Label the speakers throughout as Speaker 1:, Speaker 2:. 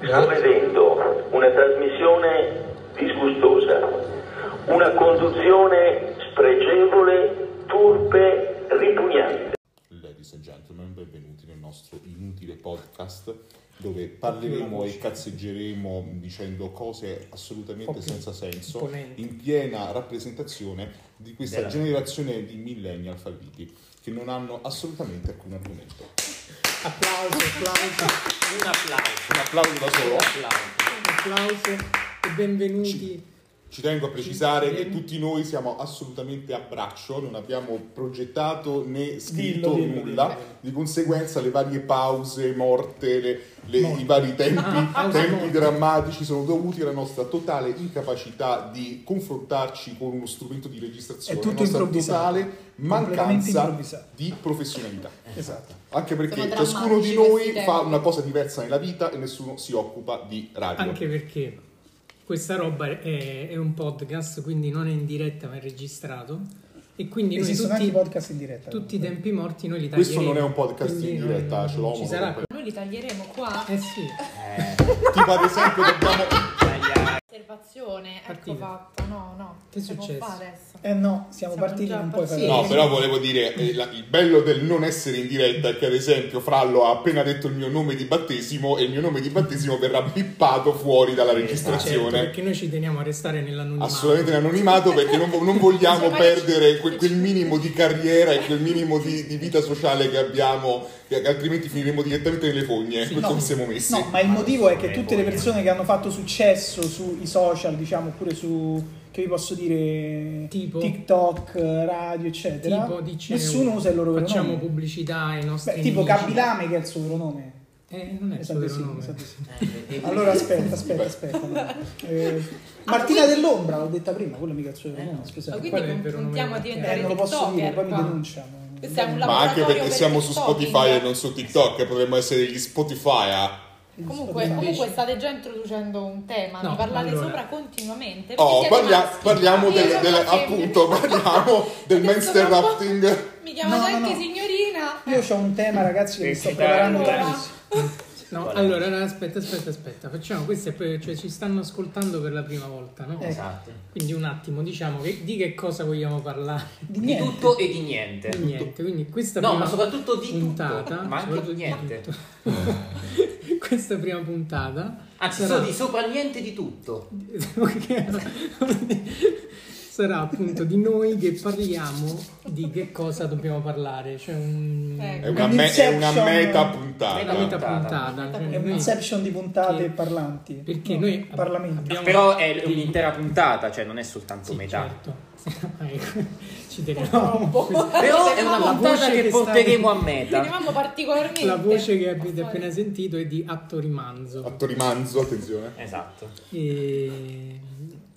Speaker 1: Come vendo una trasmissione disgustosa, una conduzione spregevole, turpe, ripugnante.
Speaker 2: Ladies and gentlemen, benvenuti nel nostro inutile podcast dove parleremo e cazzeggeremo dicendo cose assolutamente
Speaker 3: Un po' più
Speaker 2: senza senso
Speaker 3: imponenti.
Speaker 2: in piena rappresentazione di questa
Speaker 1: Della-
Speaker 2: generazione di millennial falliti che non hanno assolutamente alcun argomento.
Speaker 3: Applauso, applauso,
Speaker 4: Un applauso.
Speaker 2: Un applauso da solo.
Speaker 4: Un applauso.
Speaker 3: applauso e benvenuti.
Speaker 2: Ci tengo a precisare che tutti noi siamo assolutamente a braccio, non abbiamo progettato né scritto
Speaker 3: Dillo, dillo,
Speaker 2: nulla,
Speaker 3: dillo.
Speaker 2: di conseguenza le varie pause, morte, le- le- i vari tempi,
Speaker 3: Ah, pause
Speaker 2: tempi
Speaker 3: morte.
Speaker 2: drammatici sono dovuti alla nostra totale incapacità di confrontarci con uno strumento di registrazione,
Speaker 3: È tutto
Speaker 2: la nostra
Speaker 3: improvvisato,
Speaker 2: totale
Speaker 3: completamente
Speaker 2: mancanza
Speaker 3: improvvisato.
Speaker 2: di professionalità.
Speaker 3: Esatto.
Speaker 2: Anche perché
Speaker 5: Sono
Speaker 2: ciascuno di
Speaker 5: drammatici
Speaker 2: noi
Speaker 5: questi
Speaker 2: fa
Speaker 5: tempi.
Speaker 2: una cosa diversa nella vita e nessuno si occupa di radio.
Speaker 3: Anche perché questa roba è, è un podcast, quindi non è in diretta ma è registrato. E quindi noi
Speaker 6: Esistono anche i
Speaker 3: tutti,
Speaker 6: podcast in diretta.
Speaker 3: tutti i tempi morti noi li taglieremo.
Speaker 2: Questo non è un podcast in
Speaker 3: Quindi non-
Speaker 2: diretta, ce l'ho
Speaker 3: Ci sarà.
Speaker 5: Noi li taglieremo qua.
Speaker 3: Eh sì,
Speaker 2: Tipo ad esempio dobbiamo...
Speaker 5: Osservazione, ecco
Speaker 3: Partite.
Speaker 5: fatta. No, no.
Speaker 3: Che è
Speaker 5: Si può
Speaker 3: successo?
Speaker 5: fare adesso.
Speaker 6: Eh no, siamo,
Speaker 5: Siamo
Speaker 6: partiti
Speaker 5: già
Speaker 6: non puoi fare
Speaker 5: partiti.
Speaker 2: No, però volevo dire, eh, la- il bello del non essere in diretta è che ad esempio Frallo ha appena detto il mio nome di battesimo e il mio nome di battesimo verrà bippato fuori dalla
Speaker 3: certo,
Speaker 2: registrazione.
Speaker 3: perché noi ci teniamo a restare nell'anonimato.
Speaker 2: Assolutamente in anonimato perché non, vo- non vogliamo
Speaker 5: Sì, ma-
Speaker 2: perdere que- quel minimo di carriera e quel minimo di, di vita sociale che abbiamo, che- altrimenti finiremo direttamente nelle fogne.
Speaker 3: Sì,
Speaker 2: questo
Speaker 6: no.
Speaker 2: ci siamo messi.
Speaker 6: No, ma il
Speaker 4: Ma
Speaker 6: motivo è
Speaker 4: non
Speaker 6: che
Speaker 4: è
Speaker 6: tutte le
Speaker 4: voglia.
Speaker 6: persone che hanno fatto successo sui social, diciamo, oppure su che vi posso dire
Speaker 3: Tipo?
Speaker 6: TikTok, eh, radio, eccetera,
Speaker 3: Tipo dice
Speaker 6: nessuno usa il loro vero
Speaker 3: Facciamo
Speaker 6: nome.
Speaker 3: pubblicità ai nostri
Speaker 6: Beh, tipo
Speaker 3: nemici.
Speaker 6: Gabilame che è il suo vero nome.
Speaker 3: Eh, non è il suo
Speaker 6: Mi sa di
Speaker 3: vero
Speaker 6: sì, mi
Speaker 3: nome.
Speaker 6: sa di sì.
Speaker 4: Eh,
Speaker 6: Allora aspetta, aspetta, aspetta. no. Eh, Martina dell'Ombra, l'ho detta prima, quello mica è il suo vero nome,
Speaker 5: Ma
Speaker 6: scusate.
Speaker 3: quello è il
Speaker 5: Ah, quindi
Speaker 3: vero
Speaker 5: puntiamo
Speaker 3: numero
Speaker 5: a
Speaker 3: di
Speaker 6: Eh,
Speaker 5: diventare
Speaker 6: non lo posso dire,
Speaker 5: TikToker
Speaker 6: poi mi
Speaker 5: qua.
Speaker 6: denunciano.
Speaker 5: Questo è un
Speaker 2: Ma anche
Speaker 5: laboratorio
Speaker 2: perché
Speaker 5: per
Speaker 2: siamo su
Speaker 5: TikToking.
Speaker 2: Spotify e non su TikTok, potremmo essere gli Spotify. ah.
Speaker 5: Comunque, comunque state già introducendo un tema,
Speaker 3: No,
Speaker 5: ne parlate
Speaker 3: allora.
Speaker 5: sopra continuamente. perché
Speaker 2: Oh,
Speaker 5: siete
Speaker 2: parlia-
Speaker 5: maschi.
Speaker 2: parliamo
Speaker 5: Io
Speaker 2: del,
Speaker 5: sono
Speaker 2: del-
Speaker 5: femmina.
Speaker 2: appunto, parliamo del
Speaker 5: Perché
Speaker 2: men's
Speaker 5: sono un po'-
Speaker 2: rafting.
Speaker 5: Mi chiamate
Speaker 6: No, no,
Speaker 5: anche
Speaker 6: no.
Speaker 5: signorina.
Speaker 6: Io ho un tema, ragazzi, che mi sto
Speaker 4: Sì,
Speaker 6: preparando
Speaker 5: allora.
Speaker 6: benissimo.
Speaker 3: No,
Speaker 4: Qual è?
Speaker 3: allora, allora, aspetta, aspetta, aspetta, facciamo questo e poi cioè, ci stanno ascoltando per la prima volta, no?
Speaker 6: Eh.
Speaker 4: Esatto.
Speaker 3: Quindi un attimo, diciamo che di che cosa vogliamo parlare?
Speaker 6: Di
Speaker 4: Di
Speaker 6: niente.
Speaker 4: tutto e di niente.
Speaker 3: Di Niente, quindi questa
Speaker 4: No,
Speaker 3: prima
Speaker 4: ma soprattutto di
Speaker 3: puntata,
Speaker 4: tutto, ma anche
Speaker 3: soprattutto
Speaker 4: di niente.
Speaker 3: tutto. questa prima puntata
Speaker 4: Anzi,
Speaker 3: sarà,
Speaker 4: Ah, sono di sopra il niente di tutto.
Speaker 3: sarà appunto di noi che parliamo di che cosa dobbiamo parlare, cioè un...
Speaker 5: Ecco.
Speaker 2: È una, me- è una
Speaker 6: Un'inception.
Speaker 2: meta
Speaker 3: una
Speaker 2: puntata.
Speaker 3: meta puntata.
Speaker 5: Meta
Speaker 3: cioè
Speaker 6: È un
Speaker 3: noi-
Speaker 6: inception di puntate
Speaker 3: Che-
Speaker 6: parlanti.
Speaker 3: perché
Speaker 6: No,
Speaker 3: noi ab-
Speaker 6: parlamenti.
Speaker 3: abbiamo-
Speaker 4: Però è un'intera puntata, cioè non è soltanto
Speaker 3: Sì,
Speaker 4: metà.
Speaker 3: certo. Ecco, Ci teniamo. Questa-
Speaker 4: Però è una
Speaker 5: La
Speaker 4: puntata
Speaker 3: voce
Speaker 4: che
Speaker 3: che sta-
Speaker 4: porteremo a meta.
Speaker 5: Tenevamo particolarmente.
Speaker 3: La voce che avete appena sentito è di Atto Rimanzo.
Speaker 2: Attori manzo, attenzione.
Speaker 4: Esatto.
Speaker 3: E...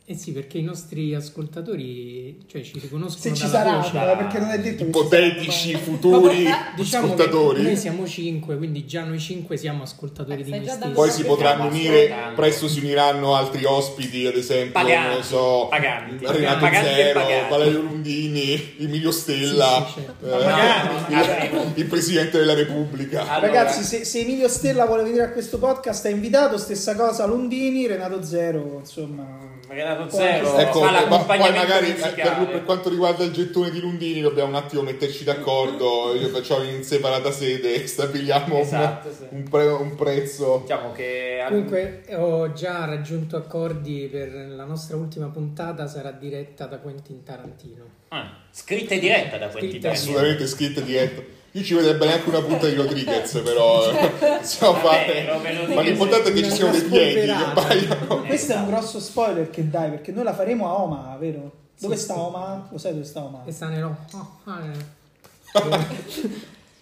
Speaker 3: e sì, perché i nostri ascoltatori cioè, ci riconoscono
Speaker 6: Se ci
Speaker 3: dalla
Speaker 6: sarà,
Speaker 3: voce.
Speaker 6: allora, perché non è detto che ci sarà.
Speaker 2: Ipotetici futuri
Speaker 3: Diciamo che
Speaker 2: ascoltatori.
Speaker 3: noi siamo cinque, quindi già noi cinque siamo ascoltatori
Speaker 5: Eh,
Speaker 3: di
Speaker 5: stai
Speaker 3: noi
Speaker 5: già
Speaker 3: stessi.
Speaker 5: dando-
Speaker 2: Poi si
Speaker 5: Stiamo
Speaker 2: potranno unire,
Speaker 4: ascoltando.
Speaker 2: presto si uniranno altri ospiti, ad esempio, non lo
Speaker 4: Paganti.
Speaker 2: so,
Speaker 4: Paganti.
Speaker 2: Renato
Speaker 4: Paganti e
Speaker 2: Zero,
Speaker 4: Paganti.
Speaker 2: Valerio Lundini, Emilio Stella,
Speaker 3: Sì, sì, certo.
Speaker 2: eh,
Speaker 4: Paganti,
Speaker 2: il-
Speaker 4: vabbè.
Speaker 2: il Presidente della Repubblica.
Speaker 4: Allora-
Speaker 6: Ragazzi, se, se Emilio Stella vuole venire a questo podcast è invitato, stessa cosa Lundini, Renato Zero, insomma.
Speaker 4: Renato
Speaker 6: Poi-
Speaker 4: Zero
Speaker 2: Ecco,
Speaker 4: fa
Speaker 2: ma- poi
Speaker 4: l'accompagnamento
Speaker 2: magari eh,
Speaker 4: musicale.
Speaker 2: per, per quanto riguarda il gettone di Lundini dobbiamo un attimo metterci d'accordo, io facciamo in separata sede e stabiliamo un-
Speaker 4: Esatto, sì.
Speaker 2: un, pre- un prezzo.
Speaker 4: Diciamo che
Speaker 3: Comunque ho già raggiunto accordi per la nostra ultima puntata, sarà diretta da Quentin Tarantino.
Speaker 4: Ah, scritta e diretta da quel
Speaker 3: Scritta e
Speaker 4: titolo.
Speaker 2: Assolutamente scritta diretta. Io ci vedrebbe neanche una punta di Rodriguez, però
Speaker 6: Cioè,
Speaker 2: eh, possiamo
Speaker 4: Vabbè,
Speaker 2: fare.
Speaker 4: no, ve lo dico
Speaker 2: Ma l'importante è che
Speaker 3: se-
Speaker 2: ci siano dei
Speaker 3: una
Speaker 2: piedi che
Speaker 3: spolverata.
Speaker 2: appaiono.
Speaker 4: Eh,
Speaker 6: Questo è un
Speaker 4: esatto.
Speaker 6: grosso spoiler che dai, perché noi la faremo a Omaha, vero? Dove
Speaker 3: Sì,
Speaker 6: sta
Speaker 3: sì.
Speaker 6: Omaha? Lo sai dove sta Omaha?
Speaker 3: E Sanero. Oh, ah, eh.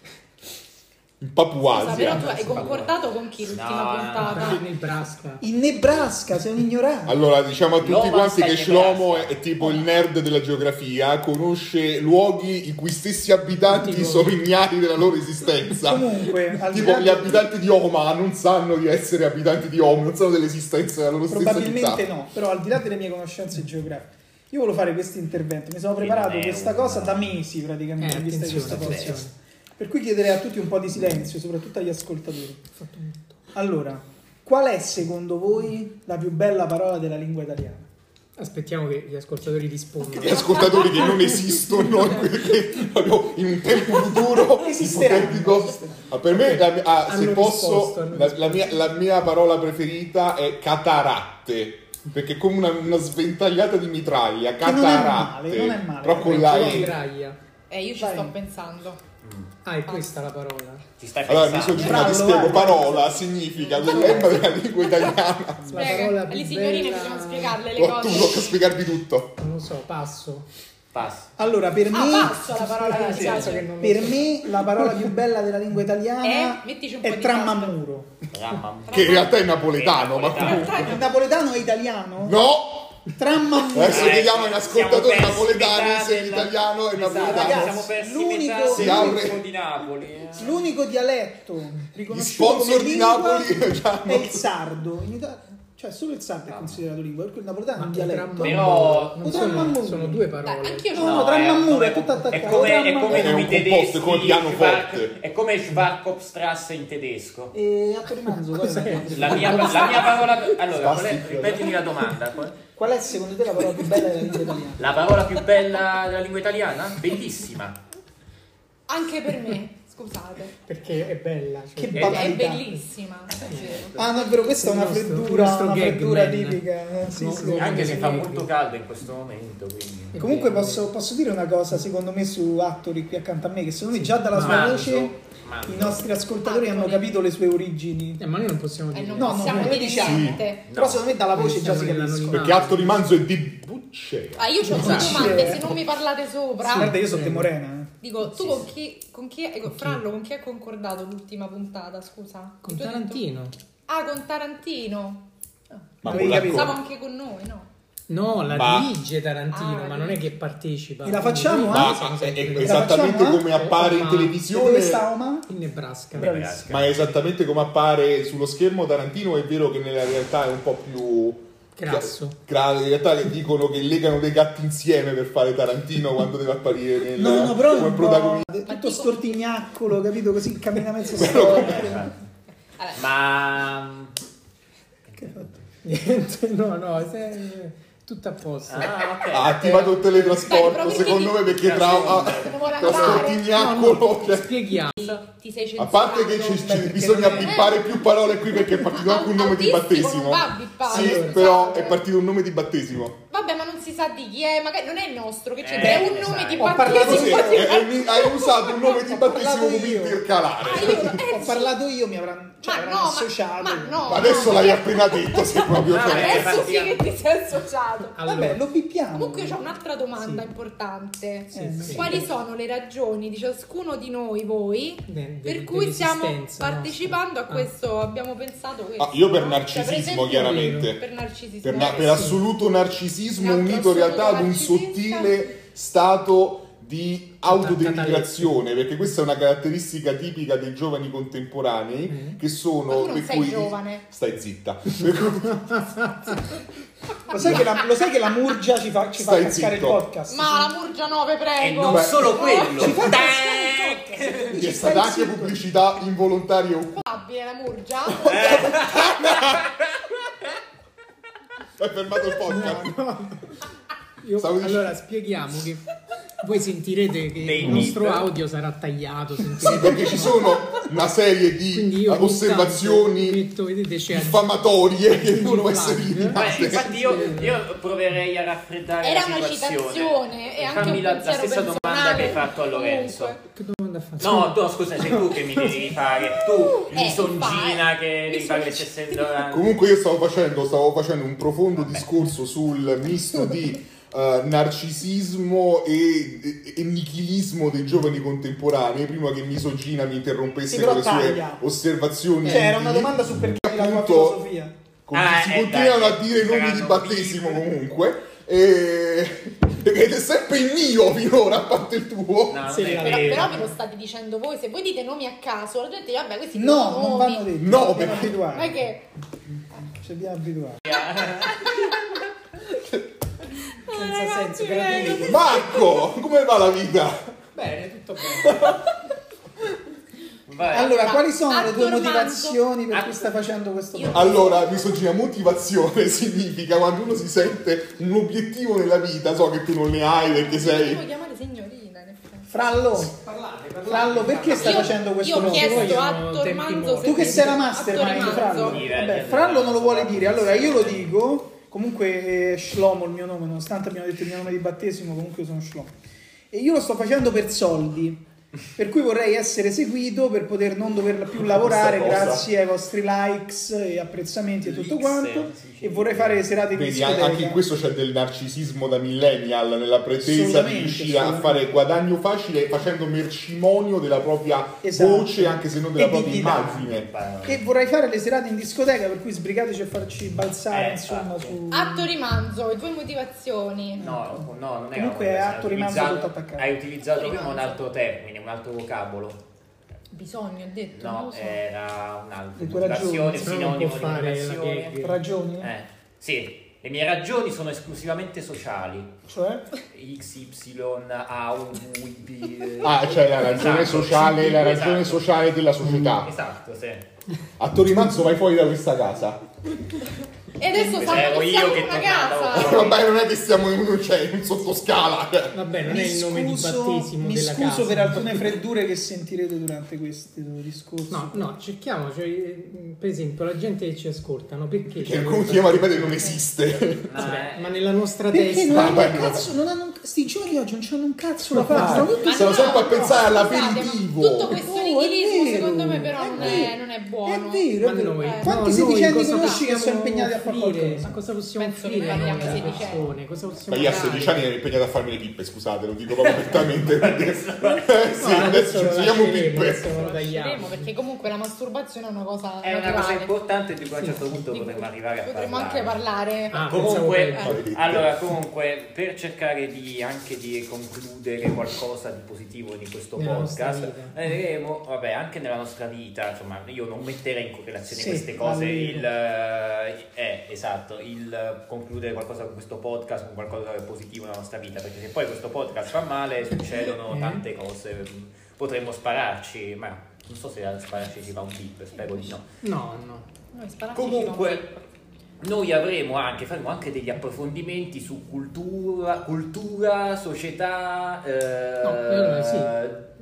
Speaker 2: In
Speaker 5: Scusa, però tu
Speaker 2: Papuasia.
Speaker 5: hai concordato con chi l'ultima
Speaker 4: No, eh.
Speaker 5: puntata?
Speaker 3: Nel Nebraska.
Speaker 6: In Nebraska, sei un ignorante.
Speaker 2: Allora, diciamo a tutti
Speaker 4: L'Oman
Speaker 2: quanti
Speaker 4: sta
Speaker 2: che
Speaker 4: in
Speaker 2: Shlomo è,
Speaker 4: Nebraska.
Speaker 2: è tipo il nerd della geografia, conosce luoghi i cui stessi abitanti
Speaker 3: Tipo-
Speaker 2: sono ignari della loro esistenza.
Speaker 6: Comunque, al di
Speaker 2: Tipo
Speaker 6: là
Speaker 2: gli
Speaker 6: di-
Speaker 2: abitanti di Oma non sanno di essere abitanti di Oma, non sanno dell'esistenza della loro stessa città.
Speaker 6: Probabilmente no, però al di là delle mie conoscenze geografiche, io volevo fare questo intervento. Mi sono preparato
Speaker 4: non è
Speaker 6: questa
Speaker 4: un-
Speaker 6: cosa da mesi
Speaker 3: Eh,
Speaker 6: praticamente. in vista di
Speaker 3: attenzione,
Speaker 6: questo
Speaker 4: vabbè.
Speaker 6: podcast.
Speaker 3: attenzione.
Speaker 6: Per cui chiederei a tutti un po' di silenzio, soprattutto agli ascoltatori. Allora, Qual è secondo voi la più bella parola della lingua italiana?
Speaker 3: Aspettiamo che gli ascoltatori rispondano.
Speaker 2: Gli ascoltatori che non esistono che abbiamo in un tempo futuro
Speaker 6: Esisteranno.
Speaker 2: ipotetico. Ma per me la- ah, se
Speaker 3: Hanno
Speaker 2: posso
Speaker 3: risposto, hanno
Speaker 2: la, la mia, la mia parola preferita è cataratte perché è come una, una sventagliata di mitraglia
Speaker 6: Che non è male,
Speaker 2: cataratte
Speaker 6: non è male.
Speaker 2: però con
Speaker 6: Perché
Speaker 2: la
Speaker 3: Dai.
Speaker 2: E.
Speaker 5: Eh, io ci
Speaker 6: Vai.
Speaker 5: sto pensando.
Speaker 3: Ah, è questa la parola.
Speaker 4: Ti stai
Speaker 2: allora mi
Speaker 4: pensando.
Speaker 2: sono prima ti
Speaker 6: Bravo,
Speaker 2: spiego
Speaker 6: guarda.
Speaker 2: parola significa il lemma della lingua italiana
Speaker 3: La
Speaker 5: Spiega,
Speaker 3: parola più
Speaker 5: alle signorine
Speaker 3: bella-
Speaker 5: bisogna spiegarle le
Speaker 2: Oh, tu tocca
Speaker 5: cose.
Speaker 2: spiegarvi tutto
Speaker 3: Non lo so, passo.
Speaker 4: Passo.
Speaker 6: Allora, per
Speaker 5: Ah,
Speaker 6: me,
Speaker 5: pazzo la parola che
Speaker 3: Nel
Speaker 5: mi
Speaker 3: senso che
Speaker 5: piace.
Speaker 3: non lo
Speaker 6: per
Speaker 3: so.
Speaker 6: me la parola più bella della lingua italiana
Speaker 5: Eh? Mettici un po'
Speaker 6: è
Speaker 5: di
Speaker 6: tramammuro.
Speaker 4: Ramma.
Speaker 2: che in realtà è napoletano ma
Speaker 4: Napoletano.
Speaker 2: comunque
Speaker 6: Il napoletano è italiano?
Speaker 2: no
Speaker 6: Tramammuro.
Speaker 2: Adesso
Speaker 4: Eh,
Speaker 2: chiediamo agli
Speaker 4: siamo
Speaker 2: ascoltatori
Speaker 4: persi
Speaker 2: napoletani
Speaker 4: metà
Speaker 2: se
Speaker 4: del-
Speaker 2: l'italiano è
Speaker 4: Esatto,
Speaker 2: napoletano.
Speaker 4: siamo persi
Speaker 6: l'unico-
Speaker 4: metà del
Speaker 2: Siamo-
Speaker 4: gruppo di Napoli. eh.
Speaker 6: L'unico dialetto
Speaker 2: Gli
Speaker 6: riconosciuto
Speaker 2: sponsor
Speaker 6: come
Speaker 2: di
Speaker 6: lingua
Speaker 2: Napoli eh,
Speaker 6: è
Speaker 2: hanno-
Speaker 6: il sardo. In Italia- cioè, solo il sardo è considerato lingua, perché il napoletano è un Ah, dialetto.
Speaker 4: tramma- Però-
Speaker 3: non sono,
Speaker 6: Trammammuro.
Speaker 3: sono due
Speaker 5: Dai,
Speaker 3: parole.
Speaker 5: anch'io
Speaker 6: No,
Speaker 5: ho
Speaker 6: tra
Speaker 4: è
Speaker 6: Mammura,
Speaker 4: come-
Speaker 6: è tutto
Speaker 4: È
Speaker 6: attaccato.
Speaker 4: come,
Speaker 6: Tra
Speaker 4: è come
Speaker 2: Mammura.
Speaker 4: noi
Speaker 2: È un composto,
Speaker 4: tedeschi.
Speaker 2: è come il pianoforte.
Speaker 4: Schwark- è come Schwarkopstrasse in tedesco.
Speaker 6: E a Torrimanzo qual è?
Speaker 4: La mia, la mia parola. Allora, qual è,
Speaker 2: Spastico.
Speaker 4: ripetimi la domanda. qual è?
Speaker 6: Qual è secondo te la parola più bella della lingua italiana?
Speaker 4: La parola più bella della lingua italiana? Bellissima.
Speaker 5: Anche per me, scusate.
Speaker 3: Perché è bella. Cioè,
Speaker 6: Che
Speaker 3: che
Speaker 6: banalità.
Speaker 5: È bellissima. è vero.
Speaker 6: Ah, no, è vero, questa è una
Speaker 3: Il nostro- il
Speaker 6: freddura,
Speaker 3: nostro
Speaker 6: una
Speaker 3: gag
Speaker 6: freddura
Speaker 3: man.
Speaker 6: tipica. eh, sì,
Speaker 3: No,
Speaker 6: sì.
Speaker 3: no.
Speaker 4: Anche se fa molto caldo in questo momento. Quindi.
Speaker 6: Comunque posso, posso dire una cosa, secondo me, su Attori qui accanto a me, che secondo me già dalla sua
Speaker 4: Manzo,
Speaker 6: voce
Speaker 4: manzo.
Speaker 6: i nostri ascoltatori hanno
Speaker 5: Attori.
Speaker 6: capito le sue origini.
Speaker 3: Eh, ma noi non possiamo
Speaker 5: Eh,
Speaker 3: dire.
Speaker 5: non
Speaker 6: No, no,
Speaker 5: possiamo
Speaker 6: no,
Speaker 5: dire
Speaker 6: diciamo-
Speaker 5: niente.
Speaker 6: Però secondo me dalla voce già si
Speaker 3: Siamo
Speaker 6: capiscono.
Speaker 3: nell'anonimato.
Speaker 2: Perché Atto Rimanzo è di Bucce.
Speaker 5: Ah, io ho due
Speaker 6: Esatto.
Speaker 5: domande, se non mi parlate sopra.
Speaker 6: Guarda, io sono Temorena. eh.
Speaker 5: Dico, tu con chi, con chi, ecco, Frallo, con chi hai concordato l'ultima puntata, scusa?
Speaker 3: Con
Speaker 5: Tu hai detto-
Speaker 3: Tarantino.
Speaker 5: Ah, con Tarantino.
Speaker 2: Ma
Speaker 6: Avevi
Speaker 2: con la
Speaker 6: capito?
Speaker 5: Stava
Speaker 2: co-
Speaker 5: anche con noi, no?
Speaker 3: No, la
Speaker 2: Ma-
Speaker 3: dirige Tarantino,
Speaker 5: Ah,
Speaker 3: ma non è che partecipa.
Speaker 6: E la facciamo eh?
Speaker 3: Noi
Speaker 6: anche?
Speaker 2: ma
Speaker 3: siamo
Speaker 2: è-
Speaker 3: sempre
Speaker 2: è
Speaker 3: lì.
Speaker 2: esattamente
Speaker 6: facciamo, eh?
Speaker 2: come appare in
Speaker 3: Ma-
Speaker 6: E dove
Speaker 2: televisione.
Speaker 6: sta Oma?
Speaker 3: In Nebraska.
Speaker 6: Bravissimo.
Speaker 2: Ma è esattamente come appare sullo schermo Tarantino, è vero che nella realtà è un po' più
Speaker 3: Grasso.
Speaker 2: Gra- in realtà che dicono che legano dei gatti insieme per fare Tarantino quando deve apparire nel
Speaker 6: No, no, però è
Speaker 2: come
Speaker 6: un po' eh,
Speaker 2: protagonista.
Speaker 6: tutto stortignaccolo, capito? Così cammina mezzo Eh,
Speaker 4: Ma-
Speaker 6: storto.
Speaker 5: Vabbè,
Speaker 4: Ma. mm,
Speaker 3: Niente, no, no, se- tutto a posto.
Speaker 4: Ah, ok.
Speaker 2: Ha attivato il
Speaker 5: Dai,
Speaker 2: teletrasporto,
Speaker 5: Eh, proprio
Speaker 2: secondo me,
Speaker 5: perché-
Speaker 2: perché tra ah,
Speaker 5: non vuole
Speaker 2: tra
Speaker 5: andare.
Speaker 2: Stortignaccolo cioè-
Speaker 3: Spieghiamo.
Speaker 5: Ti sei censurato.
Speaker 2: A parte che ci, ci bisogna
Speaker 6: non è-
Speaker 2: bippare più parole qui perché è partito anche un nome di
Speaker 5: Autistico
Speaker 2: battesimo.
Speaker 5: non va bippato,
Speaker 2: Sì,
Speaker 5: scusate.
Speaker 2: però è partito un nome di battesimo.
Speaker 5: Vabbè, ma non si sa di chi è, magari non è il nostro, che c'è,
Speaker 4: Eh,
Speaker 5: è un
Speaker 4: esatto.
Speaker 5: nome di
Speaker 4: Ho
Speaker 2: Così,
Speaker 5: battesimo.
Speaker 2: è- è- hai usato un nome di battesimo
Speaker 6: parlato
Speaker 2: come
Speaker 6: io.
Speaker 2: intercalare.
Speaker 5: Ah, io- eh,
Speaker 6: Ho parlato io, mi avranno, cioè,
Speaker 5: ma
Speaker 6: avranno
Speaker 5: no, ma,
Speaker 6: associato.
Speaker 5: ma no.
Speaker 2: Ma Adesso
Speaker 5: no.
Speaker 2: l'hai appena detto, se proprio
Speaker 4: Ah,
Speaker 2: c'è.
Speaker 4: eh.
Speaker 5: Adesso sì che ti sei associato.
Speaker 6: Vabbè, lo bippiamo.
Speaker 5: Comunque c'è un'altra domanda importante. Eh,
Speaker 6: Sì, sì.
Speaker 5: Quali sono le ragioni di ciascuno di noi, voi,
Speaker 3: De- de-
Speaker 5: per cui stiamo
Speaker 3: dell'esistenza
Speaker 5: partecipando a
Speaker 3: nostra. Ah.
Speaker 5: questo? Abbiamo pensato questo.
Speaker 2: Ah, io per
Speaker 5: no? Cioè,
Speaker 2: narcisismo,
Speaker 5: per esempio, Per
Speaker 2: chiaramente.
Speaker 5: narcisismo.
Speaker 2: Per, na-
Speaker 5: eh,
Speaker 2: per
Speaker 5: sì.
Speaker 2: assoluto narcisismo
Speaker 5: Esatto,
Speaker 2: unito in realtà ad un
Speaker 5: assoluto
Speaker 2: sottile stato di autodenigrazione,
Speaker 3: Catalessi.
Speaker 2: perché questa è una caratteristica tipica dei giovani contemporanei che
Speaker 5: Mm-hmm. Ma tu
Speaker 2: sono
Speaker 5: non
Speaker 2: per
Speaker 5: sei
Speaker 2: cui
Speaker 5: giovane.
Speaker 2: stai zitta. Per cui-
Speaker 6: Lo sai, che la, lo sai che la Murgia ci fa, ci fa
Speaker 2: Stai
Speaker 6: cascare il
Speaker 2: zitto.
Speaker 6: podcast?
Speaker 5: Ma la Murgia 9,
Speaker 4: E
Speaker 5: prego.
Speaker 4: non solo quello.
Speaker 6: Ci fa
Speaker 4: Dai!
Speaker 6: cascare il podcast.
Speaker 2: Ci è
Speaker 6: Dici,
Speaker 2: stata
Speaker 6: stai
Speaker 2: anche
Speaker 6: zitto.
Speaker 2: pubblicità involontaria o-
Speaker 5: Probabile la Murgia.
Speaker 4: Eh,
Speaker 2: Hai fermato il podcast.
Speaker 3: Io-
Speaker 2: Stavo dic-
Speaker 3: allora spieghiamo che voi sentirete che
Speaker 4: Dei
Speaker 3: il nostro
Speaker 4: beep.
Speaker 3: audio sarà tagliato, sentirete
Speaker 2: Perché ci sono una serie
Speaker 3: Quindi
Speaker 2: di
Speaker 3: io ogni tanto
Speaker 2: osservazioni
Speaker 3: metto, vedete, c'è
Speaker 2: diffamatorie che devono
Speaker 3: Giovanni,
Speaker 2: essere
Speaker 3: eh?
Speaker 4: Ma
Speaker 2: eliminate.
Speaker 4: infatti io, io proverei a raffreddare
Speaker 5: Era
Speaker 4: la
Speaker 5: una
Speaker 4: situazione.
Speaker 5: citazione e anche
Speaker 4: Fammi
Speaker 5: un
Speaker 4: la, la
Speaker 5: pensiero
Speaker 4: stessa domanda
Speaker 5: personale.
Speaker 4: che hai fatto a Lorenzo.
Speaker 5: Comunque.
Speaker 3: che domanda fa?
Speaker 4: No, tu, scusa, sei tu che mi devi fare. Tu,
Speaker 5: Eh,
Speaker 4: misongina,
Speaker 5: fa-
Speaker 4: che devi fare le stesse
Speaker 2: Comunque io stavo facendo, stavo facendo un profondo discorso sul misto di eh, narcisismo e, e- e nichilismo dei giovani contemporanei, prima che Misogina mi interrompesse
Speaker 6: Sì, però
Speaker 2: con le sue
Speaker 6: taglia.
Speaker 2: osservazioni.
Speaker 6: Cioè, era una
Speaker 2: utili.
Speaker 6: domanda su perché la tua
Speaker 2: Appunto-
Speaker 6: filosofia.
Speaker 2: Con-
Speaker 4: Ah,
Speaker 2: si
Speaker 4: eh,
Speaker 2: continuano
Speaker 4: dai,
Speaker 2: a dire nomi di
Speaker 4: saranno
Speaker 2: battesimo
Speaker 4: bip.
Speaker 2: comunque. E... Ed è sempre il mio finora, a parte il tuo.
Speaker 4: No, non
Speaker 3: Sì,
Speaker 4: è
Speaker 3: però-
Speaker 5: Però,
Speaker 4: vero.
Speaker 5: però ve lo state dicendo voi, se voi dite nomi a caso, la gente dice, vabbè, questi
Speaker 6: No,
Speaker 5: sono
Speaker 6: non
Speaker 5: nomi.
Speaker 6: vanno detti.
Speaker 2: No,
Speaker 6: ci
Speaker 2: perché-
Speaker 6: dobbiamo abituare.
Speaker 5: Ma è che
Speaker 6: Ci dobbiamo abituare. Senza Cioè, senso, che
Speaker 5: eh,
Speaker 6: la tua-
Speaker 2: Marco, come va la vita?
Speaker 6: Bene, tutto bene.
Speaker 4: Vai.
Speaker 6: Allora,
Speaker 5: Ma
Speaker 6: quali sono le tue
Speaker 5: attornanto-
Speaker 6: motivazioni per cui
Speaker 4: att-
Speaker 6: stai facendo questo
Speaker 4: Io-
Speaker 6: podcast?
Speaker 2: Allora, misoginia motivazione significa quando uno si sente un obiettivo nella vita, so che tu non ne hai perché sei
Speaker 5: Devo chiamare signorina. in effetti.
Speaker 6: Frallo,
Speaker 4: Parlate,
Speaker 6: Frallo, perché stai
Speaker 5: Io-
Speaker 6: facendo questo
Speaker 5: Io ho
Speaker 6: podcast?
Speaker 5: chiesto
Speaker 3: Io
Speaker 5: a
Speaker 3: ho tempi
Speaker 5: Tormanzo
Speaker 3: morti.
Speaker 5: se-
Speaker 6: Tu che sei la
Speaker 5: a
Speaker 6: mastermind,
Speaker 5: Tormanzo.
Speaker 6: Frallo.
Speaker 4: Dire,
Speaker 6: Vabbè,
Speaker 4: dire,
Speaker 6: Frallo non lo vuole
Speaker 4: dire.
Speaker 6: dire. Allora, io lo dico. Comunque, eh, Shlomo è il mio nome, nonostante abbiamo detto il mio nome di battesimo, comunque io sono Shlomo. E io lo sto facendo per soldi. Per cui vorrei essere seguito per poter non dover più lavorare
Speaker 2: Questa cosa.
Speaker 6: grazie ai vostri likes e apprezzamenti e tutto
Speaker 4: Likes,
Speaker 6: quanto.
Speaker 4: sì, sì.
Speaker 6: E vorrei fare le serate in
Speaker 2: Vedi, an-
Speaker 6: discoteca.
Speaker 2: anche in questo c'è del narcisismo da millennial, nella pretesa di
Speaker 6: Assolutamente,
Speaker 2: riuscire a
Speaker 6: assolutamente.
Speaker 2: fare guadagno facile facendo mercimonio della propria
Speaker 6: Esatto.
Speaker 2: voce, anche se non della
Speaker 6: E
Speaker 2: propria
Speaker 6: dignità.
Speaker 2: immagine.
Speaker 6: E vorrei fare le serate in discoteca, per cui sbrigateci a farci balzare,
Speaker 4: Eh,
Speaker 6: insomma,
Speaker 4: infatti.
Speaker 6: su...
Speaker 5: A Torimanzo, le tue motivazioni.
Speaker 4: No, no, non è
Speaker 6: Comunque
Speaker 4: una
Speaker 6: è
Speaker 4: cosa,
Speaker 6: atto
Speaker 4: hai
Speaker 6: rimasto tutto
Speaker 4: utilizzato-
Speaker 6: attaccato.
Speaker 4: Hai utilizzato prima un
Speaker 5: Rimasto.
Speaker 4: altro termine, un altro vocabolo.
Speaker 5: Bisogno, ho detto. non lo
Speaker 4: No, eh,
Speaker 5: so.
Speaker 4: era un'altra
Speaker 6: Le tue ragioni.
Speaker 4: motivazione,
Speaker 3: Sennò non
Speaker 4: sinonimo
Speaker 3: può
Speaker 4: di
Speaker 3: fare la
Speaker 4: motivazione.
Speaker 3: pieghe.
Speaker 6: Ragioni?
Speaker 4: Eh, sì, le mie ragioni sono esclusivamente sociali.
Speaker 6: Cioè?
Speaker 4: X, Y, A, U, V, B.
Speaker 2: Ah, cioè la ragione
Speaker 4: Esatto,
Speaker 2: sociale,
Speaker 4: sì,
Speaker 2: la ragione
Speaker 4: esatto.
Speaker 2: sociale della società.
Speaker 4: Esatto, sì.
Speaker 2: A Torimanzo vai fuori da questa casa.
Speaker 5: E adesso
Speaker 4: Questa
Speaker 5: fanno
Speaker 4: ero
Speaker 5: che
Speaker 4: io
Speaker 5: siamo
Speaker 4: che
Speaker 5: in una
Speaker 4: tornavo.
Speaker 5: casa.
Speaker 2: Vabbè, non è che stiamo in, cioè, in sottoscala.
Speaker 3: Vabbè, Eh, non è il nome di battesimo
Speaker 6: mi
Speaker 3: della
Speaker 6: scuso
Speaker 3: casa.
Speaker 6: per alcune freddure che sentirete durante questo discorso.
Speaker 3: No, no, cerchiamo, cioè, eh, per esempio, la gente che ci ascoltano, perché...
Speaker 2: Che
Speaker 3: c'è
Speaker 2: come
Speaker 3: questa-
Speaker 2: ti chiama, ripeto, non esiste.
Speaker 3: Vabbè,
Speaker 4: Ma
Speaker 3: ma nella nostra
Speaker 6: Perché non
Speaker 3: testa...
Speaker 6: hanno un
Speaker 2: Vabbè,
Speaker 6: cazzo, non hanno un- sti giovani oggi non c'hanno un cazzo da fare.
Speaker 2: Dai.
Speaker 6: stanno tutti-
Speaker 2: Sono
Speaker 5: Ma
Speaker 2: sempre a pensare
Speaker 5: scusate,
Speaker 2: all'aperitivo.
Speaker 5: ma Tutto questo
Speaker 6: Oh, è
Speaker 5: nichilismo
Speaker 6: vero,
Speaker 5: secondo me però
Speaker 6: è
Speaker 5: non
Speaker 6: vero,
Speaker 5: è, non è buono.
Speaker 6: È vero, è
Speaker 3: Ma
Speaker 6: vero.
Speaker 3: noi,
Speaker 6: Quanti
Speaker 3: no, noi
Speaker 6: sedicenni
Speaker 3: cosa
Speaker 6: conosci che sono
Speaker 3: possiamo
Speaker 6: impegnati a fare
Speaker 3: offrire?
Speaker 6: qualcosa?
Speaker 3: Ma cosa possiamo
Speaker 5: Penso che
Speaker 3: offrire
Speaker 5: noi
Speaker 3: noi
Speaker 5: abbiamo
Speaker 3: alle
Speaker 5: 16 anni.
Speaker 3: persone? Cosa
Speaker 2: Ma
Speaker 3: possiamo
Speaker 2: io a
Speaker 3: dare?
Speaker 2: 16 anni ero impegnato a farmi le pippe, scusate, lo dico proprio apertamente. perché- sì,
Speaker 3: No,
Speaker 2: adesso ci
Speaker 3: lo
Speaker 2: togliamo
Speaker 3: lasceremo,
Speaker 2: pippe.
Speaker 3: adesso lo
Speaker 5: Vedremo,
Speaker 3: tagliamo.
Speaker 5: perché comunque la masturbazione è una cosa
Speaker 4: è una
Speaker 5: naturale.
Speaker 4: cosa importante di cui a un certo punto
Speaker 5: Di cui
Speaker 4: potremmo arrivare a
Speaker 5: potremmo
Speaker 4: parlare.
Speaker 5: anche parlare.
Speaker 3: Ah,
Speaker 4: Comunque,
Speaker 5: pensavo
Speaker 2: peggio.
Speaker 4: allora, comunque, per cercare di anche di concludere qualcosa di positivo di questo
Speaker 3: Nella
Speaker 4: podcast,
Speaker 3: nostra vita.
Speaker 4: vedremo, vabbè, anche nella nostra vita, insomma, io non metterei in correlazione
Speaker 6: Sì,
Speaker 4: queste cose,
Speaker 6: vallo.
Speaker 4: il, eh, eh, esatto, il eh, concludere qualcosa con questo podcast, con qualcosa che è positivo nella nostra vita, perché se poi questo podcast fa male succedono
Speaker 3: Eh.
Speaker 4: tante cose, mm, potremmo spararci, ma non so se a spararci si fa un bip, spero di no.
Speaker 3: No, no.
Speaker 5: Noi spararci ci
Speaker 4: Comunque, noi avremo anche, faremo anche degli approfondimenti su cultura, cultura società, eh,
Speaker 3: No, allora sì.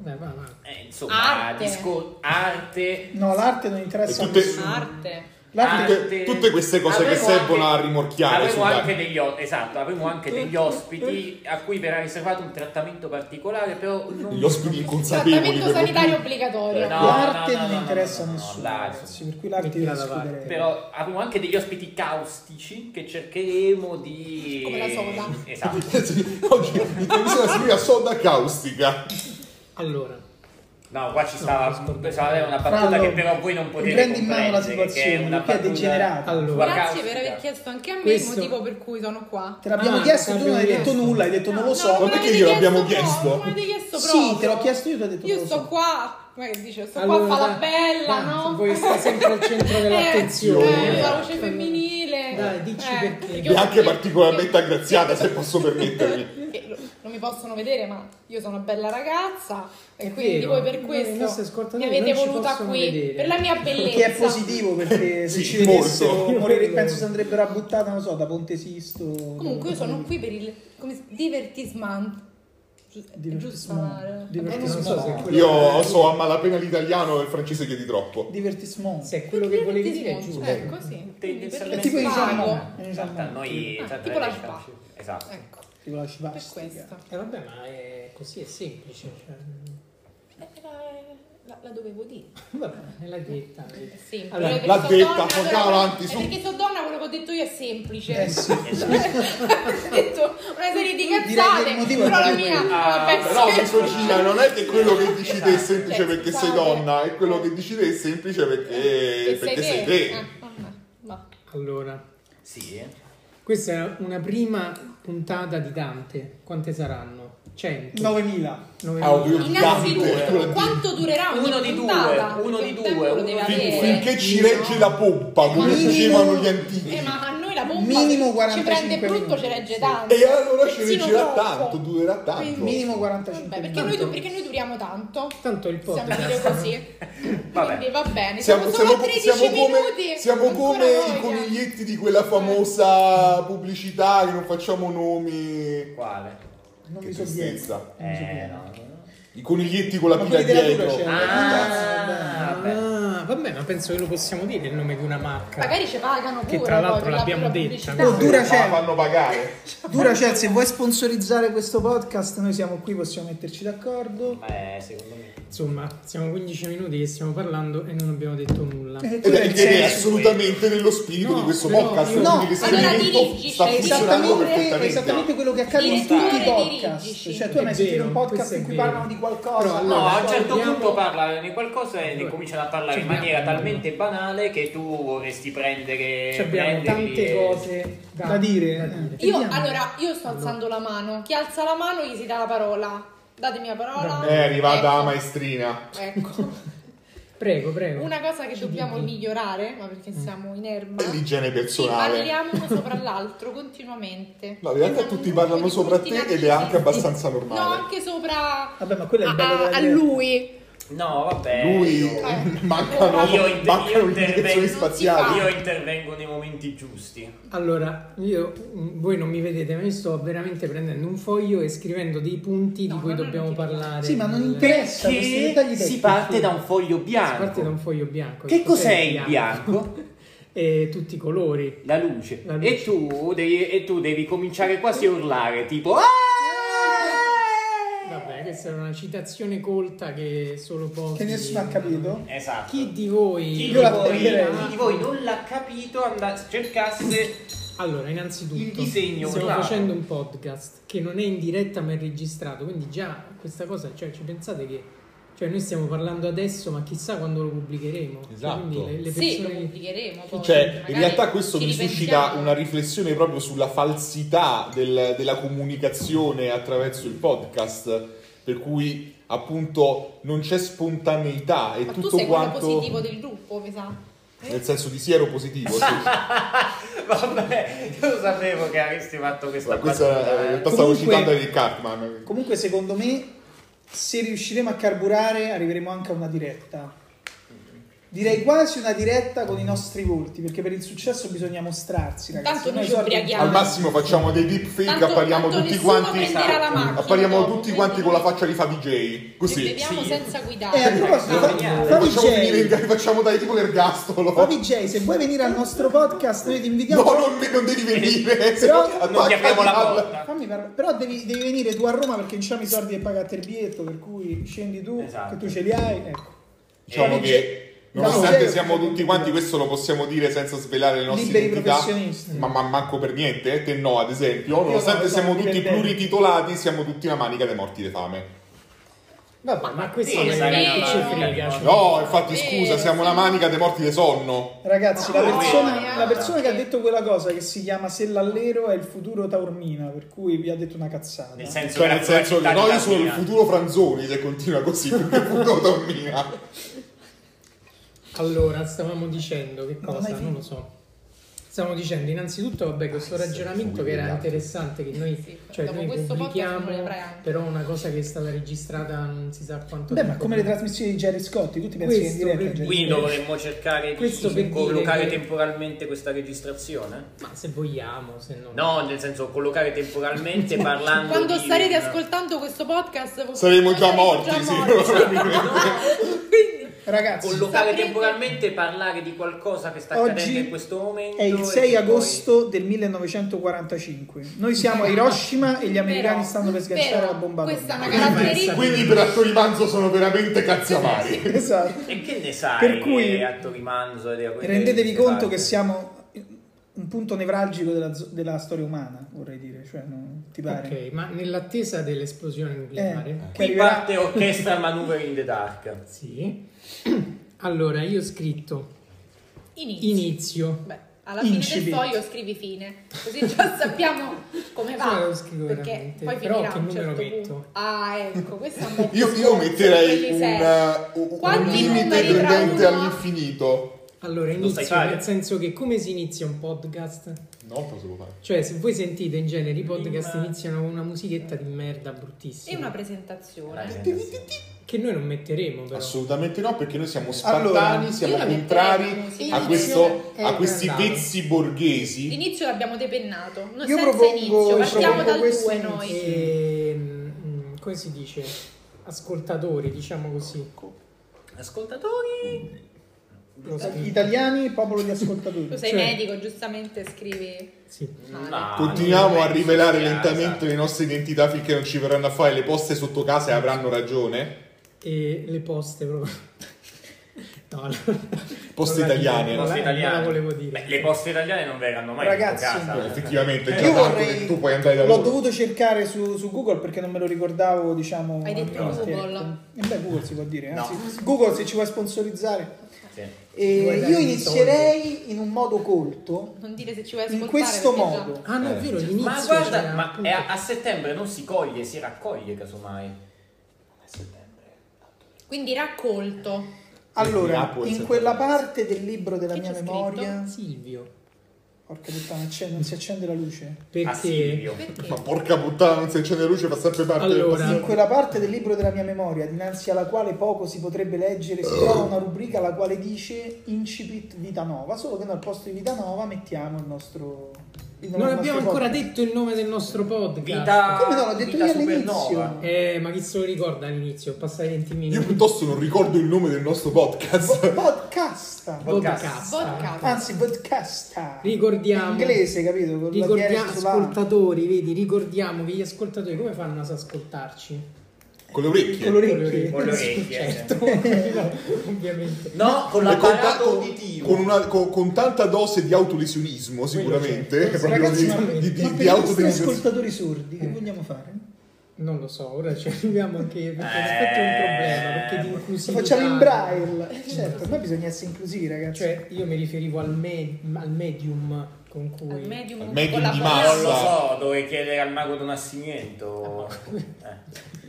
Speaker 3: Beh, va, va.
Speaker 4: eh, insomma,
Speaker 5: Arte.
Speaker 4: discor- arte.
Speaker 6: No, l'arte non interessa
Speaker 2: E
Speaker 6: a
Speaker 2: tutte-
Speaker 5: fa
Speaker 6: nessuno.
Speaker 5: Arte.
Speaker 6: L'arte-
Speaker 2: Tutte- tutte queste cose che
Speaker 4: Avremo
Speaker 2: servono a rimorchiare
Speaker 4: Avremo
Speaker 2: sulla-
Speaker 4: anche degli, o- esatto, avremo anche degli ospiti a cui verrà riservato un trattamento particolare, però non
Speaker 2: Gli ospiti inconsapevoli.
Speaker 5: Trattamento
Speaker 2: per lo più.
Speaker 5: sanitario obbligatorio.
Speaker 4: Eh, No.
Speaker 6: l'arte
Speaker 4: no, no,
Speaker 6: non
Speaker 4: no,
Speaker 6: interessa
Speaker 4: no,
Speaker 6: a
Speaker 4: no,
Speaker 6: nessuno,
Speaker 4: no, no,
Speaker 6: ragazzi, per cui l'arte
Speaker 3: Mettila
Speaker 6: la
Speaker 3: da parte.
Speaker 6: discuterei.
Speaker 4: Però avremo anche degli ospiti caustici che cercheremo di...
Speaker 5: Come la soda.
Speaker 4: Esatto.
Speaker 2: Sì, Oggi mi consiglio la signora soda caustica.
Speaker 3: Allora,
Speaker 4: No, qua ci
Speaker 3: No,
Speaker 4: stava,
Speaker 3: questo-
Speaker 4: pensavo avere una battuta
Speaker 6: Frallo,
Speaker 4: che però voi non potete
Speaker 6: riprendi in mano la
Speaker 4: comprendere, che
Speaker 6: situazione,
Speaker 4: una
Speaker 6: perché è
Speaker 4: battuta-
Speaker 6: degenerata.
Speaker 4: sulla
Speaker 3: Allora.
Speaker 5: Grazie per
Speaker 4: caustica.
Speaker 5: aver chiesto anche a me
Speaker 3: Questo-
Speaker 5: il motivo per cui sono qua.
Speaker 6: Te l'abbiamo
Speaker 3: Ah,
Speaker 6: chiesto e tu non hai
Speaker 3: l'abbiamo
Speaker 6: detto
Speaker 3: chiesto.
Speaker 6: nulla, hai detto non lo
Speaker 2: no,
Speaker 6: so.
Speaker 5: me
Speaker 2: ma perché
Speaker 5: l'avete
Speaker 2: glielo abbiamo chiesto?
Speaker 5: No, me l'avete chiesto
Speaker 6: Sì,
Speaker 5: proprio.
Speaker 6: te l'ho chiesto io, tu hai detto non
Speaker 5: Io
Speaker 6: lo
Speaker 5: sto
Speaker 6: so.
Speaker 5: qua, come che dice, sto
Speaker 3: Allora,
Speaker 5: qua a fa la
Speaker 3: dai,
Speaker 5: bella,
Speaker 3: dai,
Speaker 5: no?
Speaker 3: voi state sempre al centro dell'attenzione. Cioè,
Speaker 5: Eh, eh, la voce femminile. Eh,
Speaker 3: Dai, dici perché.
Speaker 2: E anche particolarmente aggraziata, se posso permettermi.
Speaker 5: Che lo- non mi possono vedere, ma io sono una bella ragazza e
Speaker 3: È
Speaker 5: quindi
Speaker 3: vero.
Speaker 5: voi
Speaker 3: Noi-
Speaker 5: per
Speaker 3: i nostri
Speaker 5: questo
Speaker 3: ascoltatori
Speaker 5: mi avete
Speaker 3: non ci
Speaker 5: voluta
Speaker 3: possono
Speaker 5: qui
Speaker 3: vedere.
Speaker 5: per la mia bellezza.
Speaker 6: Che è positivo perché se
Speaker 2: Sì,
Speaker 6: ci vedessero
Speaker 2: molto.
Speaker 6: morire, penso si andrebbero a buttare, non so, da Ponte Sisto.
Speaker 5: Comunque io sono qui per il come si- divertisement. Giu- è Giusto, eh, la-
Speaker 6: Divertisement.
Speaker 3: non so se è quello-
Speaker 2: Io so a malapena l'italiano e il francese che di troppo.
Speaker 6: Divertissement.
Speaker 3: se è quello che volevi dire è giusto.
Speaker 5: Divertisement, Ecco, sì. Quindi per
Speaker 6: È tipo i
Speaker 5: l'inspago.
Speaker 6: Giacomo.
Speaker 3: eh,
Speaker 4: In
Speaker 3: esatto.
Speaker 4: realtà Esatto, noi...
Speaker 5: Ah,
Speaker 4: tanto
Speaker 5: tipo la
Speaker 4: noi-
Speaker 5: spa.
Speaker 4: Esatto.
Speaker 5: Ecco,
Speaker 6: Tipo la
Speaker 5: per
Speaker 6: svastica.
Speaker 5: questo.
Speaker 3: E Eh, vabbè, ma è così, è semplice. Cioè...
Speaker 5: Eh, la- La, la dovevo dire.
Speaker 3: Vabbè, nella dieta.
Speaker 5: È semplice.
Speaker 3: Allora,
Speaker 5: Perché
Speaker 2: l'ha
Speaker 5: so
Speaker 2: detta,
Speaker 5: donna,
Speaker 2: porca
Speaker 5: quello-
Speaker 2: avanti,
Speaker 5: eh,
Speaker 2: su.
Speaker 5: Perché so donna, quello che ho detto io è semplice.
Speaker 6: Eh sì.
Speaker 4: Esatto.
Speaker 5: ho detto una serie di
Speaker 6: Direi che il
Speaker 5: cazzate,
Speaker 6: motivo è
Speaker 5: però la
Speaker 6: proprio
Speaker 5: mia
Speaker 6: quello.
Speaker 5: ah, vabbè,
Speaker 2: Però
Speaker 5: sì.
Speaker 2: misogina non è che quello che dici te è semplice
Speaker 5: Cioè,
Speaker 2: perché sei
Speaker 5: scusate.
Speaker 2: donna, è quello che dici te è semplice perché,
Speaker 5: Che
Speaker 2: perché sei te.
Speaker 5: Ah, vabbè, va.
Speaker 3: Allora,
Speaker 4: Sì, eh.
Speaker 3: questa è una prima puntata di Dante. Quante saranno? 100.
Speaker 6: 9000.
Speaker 3: Nove
Speaker 2: Ah, ovvio.
Speaker 3: mila.
Speaker 5: Innanzitutto,
Speaker 2: Dante.
Speaker 5: quanto durerà ogni
Speaker 4: Uno di due,
Speaker 5: puntata?
Speaker 4: uno
Speaker 5: Che
Speaker 4: di
Speaker 5: tempo
Speaker 4: due,
Speaker 5: lo
Speaker 4: uno
Speaker 5: deve
Speaker 4: di
Speaker 5: avere?
Speaker 4: due.
Speaker 2: Finché ci regge la pompa, come
Speaker 5: Ma-
Speaker 2: dicevano gli
Speaker 5: Eh,
Speaker 2: antichi.
Speaker 5: ma a noi la bomba
Speaker 6: Minimo
Speaker 5: ci
Speaker 6: 45
Speaker 5: prende brutto,
Speaker 6: minuti,
Speaker 5: ci regge
Speaker 6: sì.
Speaker 5: tanto.
Speaker 2: E allora ci
Speaker 5: persino
Speaker 2: reggerà
Speaker 5: troppo.
Speaker 2: tanto, durerà tanto.
Speaker 5: Quindi-
Speaker 6: Minimo
Speaker 5: Vabbè,
Speaker 6: 45
Speaker 5: perché
Speaker 6: minuti.
Speaker 5: noi, du- perché noi duriamo tanto.
Speaker 3: Tanto il
Speaker 5: Possiamo
Speaker 3: podcast.
Speaker 5: dire così.
Speaker 4: Vabbè.
Speaker 5: Quindi va bene.
Speaker 2: Siamo,
Speaker 5: Siamo,
Speaker 2: siamo-
Speaker 5: solo a 13
Speaker 2: siamo come,
Speaker 5: minuti.
Speaker 2: siamo
Speaker 5: Ancora
Speaker 2: come i
Speaker 5: voglia.
Speaker 2: coniglietti di quella famosa pubblicità che non facciamo nomi.
Speaker 4: Quale?
Speaker 6: Non
Speaker 2: Che
Speaker 6: mi so
Speaker 2: tristezza.
Speaker 6: Non mi so
Speaker 4: Eh,
Speaker 6: dire.
Speaker 4: no.
Speaker 2: I coniglietti con la
Speaker 6: Ma
Speaker 2: pila
Speaker 6: quelli della Dura
Speaker 2: dietro.
Speaker 6: c'erano.
Speaker 4: Ah, vabbè.
Speaker 3: Ah, vabbè, ma penso che lo possiamo dire il nome di una marca.
Speaker 5: Magari ci pagano pure.
Speaker 3: Che tra l'altro
Speaker 5: poi per la-
Speaker 3: l'abbiamo
Speaker 5: per la
Speaker 3: detta,
Speaker 5: pubblicità.
Speaker 6: no? Dura
Speaker 2: Ma la
Speaker 6: c'è.
Speaker 2: fanno pagare.
Speaker 6: Duracell, se vuoi sponsorizzare questo podcast, noi siamo qui, possiamo metterci d'accordo.
Speaker 4: Eh, secondo me.
Speaker 3: Insomma, siamo 15 minuti che stiamo parlando e non abbiamo detto nulla.
Speaker 6: Eh,
Speaker 2: Ed è, ed è
Speaker 6: senso-
Speaker 2: assolutamente nello spirito
Speaker 3: No,
Speaker 2: di questo
Speaker 3: però
Speaker 2: podcast.
Speaker 3: io-
Speaker 2: quindi
Speaker 6: No,
Speaker 2: l'esperimento
Speaker 5: allora dirigisci,
Speaker 2: sta
Speaker 6: È
Speaker 2: funzionando
Speaker 6: esattamente, è
Speaker 2: perfettamente.
Speaker 6: esattamente quello che accade in
Speaker 5: Eh, Direttore,
Speaker 6: tutti i podcast.
Speaker 5: dirigici.
Speaker 6: Cioè, tu hai mai
Speaker 3: È
Speaker 6: sentito un
Speaker 3: vero,
Speaker 6: podcast
Speaker 3: questo è
Speaker 6: in cui
Speaker 3: vero.
Speaker 6: parlano di qualcosa?
Speaker 3: Però
Speaker 4: No,
Speaker 3: allora-
Speaker 4: a un certo
Speaker 3: Parliamo-
Speaker 4: punto parla di qualcosa e
Speaker 3: Allora,
Speaker 4: cominciano a parlare in
Speaker 3: ci abbiamo-
Speaker 4: maniera talmente banale che tu vorresti prendere.
Speaker 3: Ci abbiamo
Speaker 4: prenderli
Speaker 3: tante
Speaker 4: e-
Speaker 3: cose da,
Speaker 6: da dire. Eh.
Speaker 5: Io,
Speaker 6: Vediamo.
Speaker 5: allora, io sto alzando la mano. Chi alza la mano gli si dà la parola. Datemi la parola.
Speaker 2: Eh, È arrivata la
Speaker 5: Ecco.
Speaker 2: maestrina.
Speaker 5: Ecco.
Speaker 3: Prego, prego.
Speaker 5: Una cosa che dobbiamo
Speaker 3: Dici.
Speaker 5: migliorare, ma perché
Speaker 6: Mm.
Speaker 5: siamo in erba.
Speaker 2: E l'igiene
Speaker 5: Ci
Speaker 2: personale.
Speaker 5: parliamo uno sopra l'altro continuamente.
Speaker 2: No, in realtà tutti parlano sopra te ed è anche abbastanza
Speaker 5: No,
Speaker 2: normale.
Speaker 5: anche sopra
Speaker 6: Vabbè, ma quello è il
Speaker 5: a-
Speaker 6: bello
Speaker 5: a,
Speaker 6: della
Speaker 5: Ah, a
Speaker 6: diretta.
Speaker 5: lui.
Speaker 4: No, vabbè.
Speaker 2: Lui
Speaker 4: io-
Speaker 5: Eh.
Speaker 2: mancano,
Speaker 5: Io
Speaker 4: inter-
Speaker 2: mancano
Speaker 4: io
Speaker 2: le direzioni
Speaker 4: intervengo-
Speaker 2: spaziali.
Speaker 4: Io intervengo nei momenti giusti.
Speaker 3: Allora, io, mh, voi non mi vedete, ma io sto veramente prendendo un foglio e scrivendo dei punti
Speaker 5: No,
Speaker 3: di cui
Speaker 5: ma non
Speaker 3: dobbiamo
Speaker 5: ti-
Speaker 3: parlare.
Speaker 6: Sì, ma non
Speaker 3: nel-
Speaker 6: interessa questi dettagli tecnici.
Speaker 4: un foglio
Speaker 3: Si parte da un foglio bianco.
Speaker 4: Che cos'è il
Speaker 3: e tutti i colori.
Speaker 4: La luce.
Speaker 3: La luce.
Speaker 4: E, tu devi, e tu devi cominciare quasi a urlare, tipo... "Ah!"
Speaker 3: Vabbè, questa era una citazione colta che solo pochi...
Speaker 6: Che nessuno ha capito.
Speaker 4: Esatto.
Speaker 3: Chi di voi...
Speaker 4: Chi di
Speaker 6: Io la
Speaker 4: voi-
Speaker 6: toglierei.
Speaker 4: chi di voi non l'ha capito anda- cercasse
Speaker 3: Allora, innanzitutto,
Speaker 4: Il disegno,
Speaker 3: stiamo
Speaker 4: claro.
Speaker 3: facendo un podcast che non è in diretta ma è registrato, quindi già questa cosa, cioè ci pensate che cioè, noi stiamo parlando adesso, ma chissà quando lo pubblicheremo. Cioè,
Speaker 2: Esatto.
Speaker 3: quindi le, le
Speaker 5: Sì, lo
Speaker 3: persone
Speaker 5: pubblicheremo. Poi,
Speaker 2: Cioè,
Speaker 5: magari
Speaker 2: in realtà questo
Speaker 5: ci
Speaker 2: mi
Speaker 5: ripensiamo.
Speaker 2: suscita una riflessione proprio sulla falsità del- della comunicazione attraverso il podcast, per cui appunto non c'è spontaneità e
Speaker 5: Ma tu
Speaker 2: tutto
Speaker 5: sei
Speaker 2: quanto
Speaker 5: quello positivo del gruppo, mi sa.
Speaker 2: nel senso di sì ero positivo. sì.
Speaker 4: Vabbè, io lo sapevo che avresti fatto questa
Speaker 2: Guarda, Questa
Speaker 4: battuta,
Speaker 2: in
Speaker 4: eh.
Speaker 2: realtà stavo
Speaker 6: Comunque-
Speaker 2: citando Eric Cartman.
Speaker 6: Comunque, secondo me, se riusciremo a carburare, arriveremo anche a una diretta. Direi quasi una diretta con i nostri volti, perché per il successo bisogna mostrarsi, ragazzi.
Speaker 5: Tanto noi
Speaker 6: i
Speaker 5: ci
Speaker 6: soldi-
Speaker 5: ubriachiamo.
Speaker 2: Al massimo facciamo dei deepfake,
Speaker 5: Tanto-
Speaker 2: appariamo
Speaker 5: tanto
Speaker 2: tutti
Speaker 5: nessuno
Speaker 2: quanti
Speaker 5: prenderà la macchina
Speaker 2: appariamo
Speaker 5: dopo,
Speaker 2: tutti
Speaker 5: quindi-
Speaker 2: quanti con la faccia di Fabi J,
Speaker 5: Ci
Speaker 2: così. Ecco.
Speaker 5: beviamo senza
Speaker 6: Eh, a
Speaker 5: guidare.
Speaker 6: proposito,
Speaker 4: Ah,
Speaker 6: fa-
Speaker 4: geniale.
Speaker 2: Lo
Speaker 6: Fabi
Speaker 2: Facciamo
Speaker 6: J,
Speaker 2: venire in- facciamo dai tipo l'ergastolo.
Speaker 6: Fabi J, se vuoi venire al nostro podcast, noi ti invitiamo.
Speaker 2: No, non, non devi venire.
Speaker 6: Eh, Però-
Speaker 2: se no
Speaker 4: Non ti apriamo la
Speaker 2: attacchi-
Speaker 4: porta.
Speaker 6: Fammi parlare. Però devi, devi venire tu a Roma perché non c'hanno i soldi per pagare il biglietto, per cui scendi tu,
Speaker 4: Esatto.
Speaker 6: che tu ce li hai. Ecco.
Speaker 2: Diciamo
Speaker 4: Eh,
Speaker 2: che
Speaker 6: no,
Speaker 2: nonostante
Speaker 6: sì,
Speaker 2: siamo
Speaker 6: sì,
Speaker 2: tutti
Speaker 6: sì.
Speaker 2: quanti, questo lo possiamo dire senza svelare le nostre
Speaker 6: Liberi
Speaker 2: identità,
Speaker 6: professionisti.
Speaker 2: ma, ma manco per niente, eh, te no ad esempio,
Speaker 6: Io
Speaker 2: nonostante
Speaker 6: no, esatto, sono
Speaker 2: siamo tutti
Speaker 6: dipendente.
Speaker 2: plurititolati, siamo tutti una manica dei morti di fame.
Speaker 3: Vabbè, ma questo
Speaker 4: sì,
Speaker 3: non
Speaker 4: sarà
Speaker 3: è che
Speaker 5: una-
Speaker 3: ci frega. cioè.
Speaker 2: No, infatti
Speaker 5: Vero,
Speaker 2: scusa, siamo una
Speaker 5: sì.
Speaker 2: manica dei morti di sonno.
Speaker 6: Ragazzi, la
Speaker 4: Ah,
Speaker 6: persona,
Speaker 4: guarda.
Speaker 6: la persona che ha detto quella cosa che si chiama Sellallero è il futuro Taormina, per cui vi ha detto una cazzata.
Speaker 4: Nel senso,
Speaker 2: Cioè
Speaker 4: che
Speaker 2: nel senso che
Speaker 4: la
Speaker 2: no,
Speaker 4: città
Speaker 2: io
Speaker 4: di
Speaker 2: sono il
Speaker 4: Latina.
Speaker 2: futuro Franzoni se continua così, perché il futuro Tammina.
Speaker 3: Allora, stavamo dicendo che
Speaker 6: Non
Speaker 3: cosa?
Speaker 6: hai
Speaker 3: Non,
Speaker 6: finito.
Speaker 3: lo so. Stavamo dicendo innanzitutto, vabbè, questo ragionamento che era interessante, che noi,
Speaker 5: Sì,
Speaker 3: cioè,
Speaker 5: dopo
Speaker 3: noi
Speaker 5: questo podcast
Speaker 3: pubblichiamo,
Speaker 5: non lo avrai anche.
Speaker 3: però una cosa che è stata registrata non si sa quanto
Speaker 6: Beh, ma
Speaker 3: tempo
Speaker 6: come le
Speaker 3: fa.
Speaker 6: trasmissioni di Jerry Scotti, tutti pensano che in
Speaker 3: Questo
Speaker 6: diretta
Speaker 3: per
Speaker 6: Jerry
Speaker 3: dire.
Speaker 4: Quindi dovremmo cercare
Speaker 3: Questo per
Speaker 4: di
Speaker 3: dire
Speaker 4: collocare
Speaker 3: che-
Speaker 4: temporalmente questa registrazione?
Speaker 3: Ma se vogliamo, se no...
Speaker 4: No, nel senso collocare temporalmente parlando
Speaker 5: Quando
Speaker 4: di
Speaker 5: starete
Speaker 4: un-
Speaker 5: ascoltando questo podcast,
Speaker 2: Saremo già morti, sì,
Speaker 5: No, quindi
Speaker 6: Scotti. Ragazzi,
Speaker 4: Collocare
Speaker 5: Saprete-
Speaker 4: temporalmente parlare di qualcosa che sta accadendo
Speaker 6: oggi
Speaker 4: in questo momento
Speaker 6: è il
Speaker 4: e
Speaker 6: 6
Speaker 4: che
Speaker 6: agosto del 1945. Noi siamo a Hiroshima e gli americani
Speaker 5: Però-
Speaker 6: stanno per sganciare
Speaker 5: però
Speaker 6: la bomba
Speaker 5: Questa è
Speaker 6: atomica.
Speaker 5: una caratteristica.
Speaker 2: Quindi per attori manzo sono veramente cazziamari.
Speaker 6: Esatto.
Speaker 4: poi- E che ne sai?
Speaker 6: Per cui-
Speaker 4: che Attori Manzo e
Speaker 6: Rendetevi conto che siamo un punto nevralgico della, zo- della storia umana, vorrei dire, cioè non ti pare?
Speaker 3: Ok, ma nell'attesa dell'esplosione nucleare...
Speaker 6: Eh, che
Speaker 4: Qui
Speaker 6: arriverà-
Speaker 4: parte Orchestra Maneuver in the Dark.
Speaker 3: Sì. Allora, io ho scritto
Speaker 5: Inizio.
Speaker 3: inizio.
Speaker 5: Beh, alla fine
Speaker 6: Incipit.
Speaker 5: del foglio scrivi fine, così già sappiamo come
Speaker 3: Sì,
Speaker 5: va.
Speaker 3: lo scrivo
Speaker 5: perché
Speaker 3: veramente.
Speaker 5: poi
Speaker 3: Però
Speaker 5: finirà
Speaker 3: che
Speaker 5: a un
Speaker 3: numero
Speaker 5: certo
Speaker 3: metto?
Speaker 5: punto. Ah, ecco, questo è un bel
Speaker 2: Io, io
Speaker 5: discorso,
Speaker 2: metterei
Speaker 5: quelli
Speaker 2: un,
Speaker 5: seri.
Speaker 2: eh, un- un
Speaker 5: Quanti
Speaker 2: limite
Speaker 5: numeri tra
Speaker 2: tendente
Speaker 5: uno-
Speaker 2: all'infinito.
Speaker 3: Allora,
Speaker 4: Lo sai
Speaker 3: inizio
Speaker 4: fare?
Speaker 3: nel senso che come si inizia un podcast?
Speaker 2: No, posso lo fare.
Speaker 3: Cioè, se voi sentite in genere i podcast
Speaker 4: Prima-
Speaker 3: iniziano con una musichetta di merda
Speaker 2: eh,
Speaker 5: E
Speaker 3: bruttissima.
Speaker 5: una presentazione.
Speaker 4: Presentazione.
Speaker 3: Che noi non metteremo però.
Speaker 2: Assolutamente no, perché noi siamo spartani,
Speaker 6: Allora,
Speaker 2: siamo
Speaker 5: io la metterei la
Speaker 2: contrari
Speaker 5: musica.
Speaker 2: a, questo-
Speaker 3: Inizio
Speaker 2: a
Speaker 3: e
Speaker 2: questi
Speaker 3: andare.
Speaker 2: pezzi borghesi.
Speaker 5: Inizio l'abbiamo depennato. No,
Speaker 6: Io
Speaker 5: senza
Speaker 6: propongo-
Speaker 5: inizio, partiamo
Speaker 6: propongo
Speaker 5: dal
Speaker 6: questo
Speaker 5: 2
Speaker 6: inizio.
Speaker 5: noi.
Speaker 3: Ehm, mm, come si dice? Ascoltatori, diciamo così.
Speaker 4: Ascoltatori.
Speaker 3: Lo
Speaker 6: Eh,
Speaker 3: scrivo.
Speaker 6: Italiani, popolo di
Speaker 5: Tu
Speaker 6: ascoltatori.
Speaker 5: sei
Speaker 3: Cioè-
Speaker 5: medico, giustamente scrivi
Speaker 3: Sì.
Speaker 5: male.
Speaker 4: Ah, No,
Speaker 2: Continuiamo
Speaker 4: non
Speaker 2: a
Speaker 4: penso
Speaker 2: rivelare
Speaker 4: sia,
Speaker 2: lentamente
Speaker 4: esatto.
Speaker 2: le nostre identità finché non ci verranno a fare le poste sotto casa e avranno ragione.
Speaker 3: E le poste proprio. no, allora-
Speaker 2: Poste
Speaker 3: non la-
Speaker 2: italiane.
Speaker 3: non la-
Speaker 4: Poste italiane.
Speaker 3: Non la volevo dire.
Speaker 4: Beh, le poste italiane non verranno mai
Speaker 6: Ragazzi,
Speaker 4: sotto casa.
Speaker 2: Eh, effettivamente,
Speaker 4: Eh,
Speaker 2: già
Speaker 6: Io
Speaker 2: tanto
Speaker 6: vorrei-
Speaker 2: che tu puoi andare da
Speaker 6: L'ho
Speaker 2: loro.
Speaker 6: dovuto cercare su, su Google perché non me lo ricordavo, diciamo.
Speaker 5: Hai detto
Speaker 6: al-
Speaker 5: Google.
Speaker 6: Eh beh, Google si può dire.
Speaker 4: No.
Speaker 6: Anzi, Google se ci vuoi sponsorizzare.
Speaker 4: Sì.
Speaker 6: E
Speaker 3: Vuoi dare
Speaker 6: io
Speaker 3: i
Speaker 6: inizierei in un modo colto,
Speaker 5: Non dire se ci vuoi
Speaker 6: in
Speaker 5: ascoltare.
Speaker 6: questo
Speaker 5: perché già-
Speaker 6: modo.
Speaker 3: Ah, no, è vero, l'inizio.
Speaker 4: ma guarda,
Speaker 3: cioè,
Speaker 4: ma
Speaker 3: appunto.
Speaker 4: è a, a settembre non si coglie, si raccoglie casomai. Non è settembre.
Speaker 5: Quindi raccolto.
Speaker 6: Allora,
Speaker 2: Napoli,
Speaker 6: in
Speaker 2: se
Speaker 6: quella
Speaker 2: vuoi.
Speaker 6: parte del libro della
Speaker 5: Che
Speaker 6: mia
Speaker 5: c'è
Speaker 6: memoria.
Speaker 3: Silvio.
Speaker 6: Porca puttana, c'è- non si accende la luce.
Speaker 4: A
Speaker 3: Perché
Speaker 4: Silvio.
Speaker 5: Perché?
Speaker 2: Ma porca puttana, non si accende la luce, fa sempre parte del
Speaker 3: Allora,
Speaker 2: passato.
Speaker 6: In quella parte del libro della mia memoria, dinanzi alla quale poco si potrebbe leggere, si trova una rubrica la quale dice Incipit Vita Nova, solo che noi al posto di Vita Nova mettiamo il nostro... il
Speaker 3: non
Speaker 6: nostro
Speaker 3: abbiamo
Speaker 6: podcast.
Speaker 3: ancora detto il nome del nostro podcast.
Speaker 4: Vita.
Speaker 6: Come no, l'ho detto
Speaker 4: vita
Speaker 6: io all'inizio.
Speaker 4: supernova.
Speaker 3: Eh, ma chi se lo ricorda all'inizio? Passare 20
Speaker 2: Io
Speaker 3: minuti.
Speaker 2: piuttosto non ricordo il nome del nostro podcast.
Speaker 6: Bo- Podcast!
Speaker 4: Podcast.
Speaker 5: Podcast.
Speaker 6: Anzi, podcasta!
Speaker 3: Ah, Ricordiamo.
Speaker 6: In inglese, capito? Con
Speaker 3: Ricordiamo
Speaker 6: la TR sulla-
Speaker 3: ascoltatori, vedi, ricordiamo che gli ascoltatori come fanno ad ascoltarci?
Speaker 2: Con le orecchie.
Speaker 6: Con le orecchie.
Speaker 4: Con le orecchie.
Speaker 3: certo, ovviamente.
Speaker 4: No, con
Speaker 2: E con, ta-
Speaker 4: l'apparato
Speaker 2: con-
Speaker 4: uditivo.
Speaker 2: con una- con- con tanta dose di autolesionismo, sicuramente.
Speaker 3: certo.
Speaker 2: proprio
Speaker 6: cioè, Ragazzi,
Speaker 2: di-
Speaker 6: ma,
Speaker 2: di, di,
Speaker 6: ma
Speaker 2: di
Speaker 6: per i nostri
Speaker 2: autolesionismo.
Speaker 6: ascoltatori sordi,
Speaker 3: Eh.
Speaker 6: che vogliamo fare?
Speaker 3: Non lo so, ora ci arriviamo anche perché
Speaker 4: Eh,
Speaker 3: aspetta un problema, perché di inclusività.
Speaker 6: Lo Eh, facciamo in braille! Eh, Certo, ormai bisogna essere inclusivi, ragazzi.
Speaker 3: Cioè, io mi riferivo al, me- al medium con cui
Speaker 5: Al medium,
Speaker 2: Al
Speaker 5: con
Speaker 2: medium
Speaker 5: la
Speaker 2: di
Speaker 5: parola-
Speaker 4: Non lo
Speaker 2: massa.
Speaker 4: so, dovrei chiedere al mago Don Assigniento.
Speaker 6: Ah,
Speaker 4: Eh.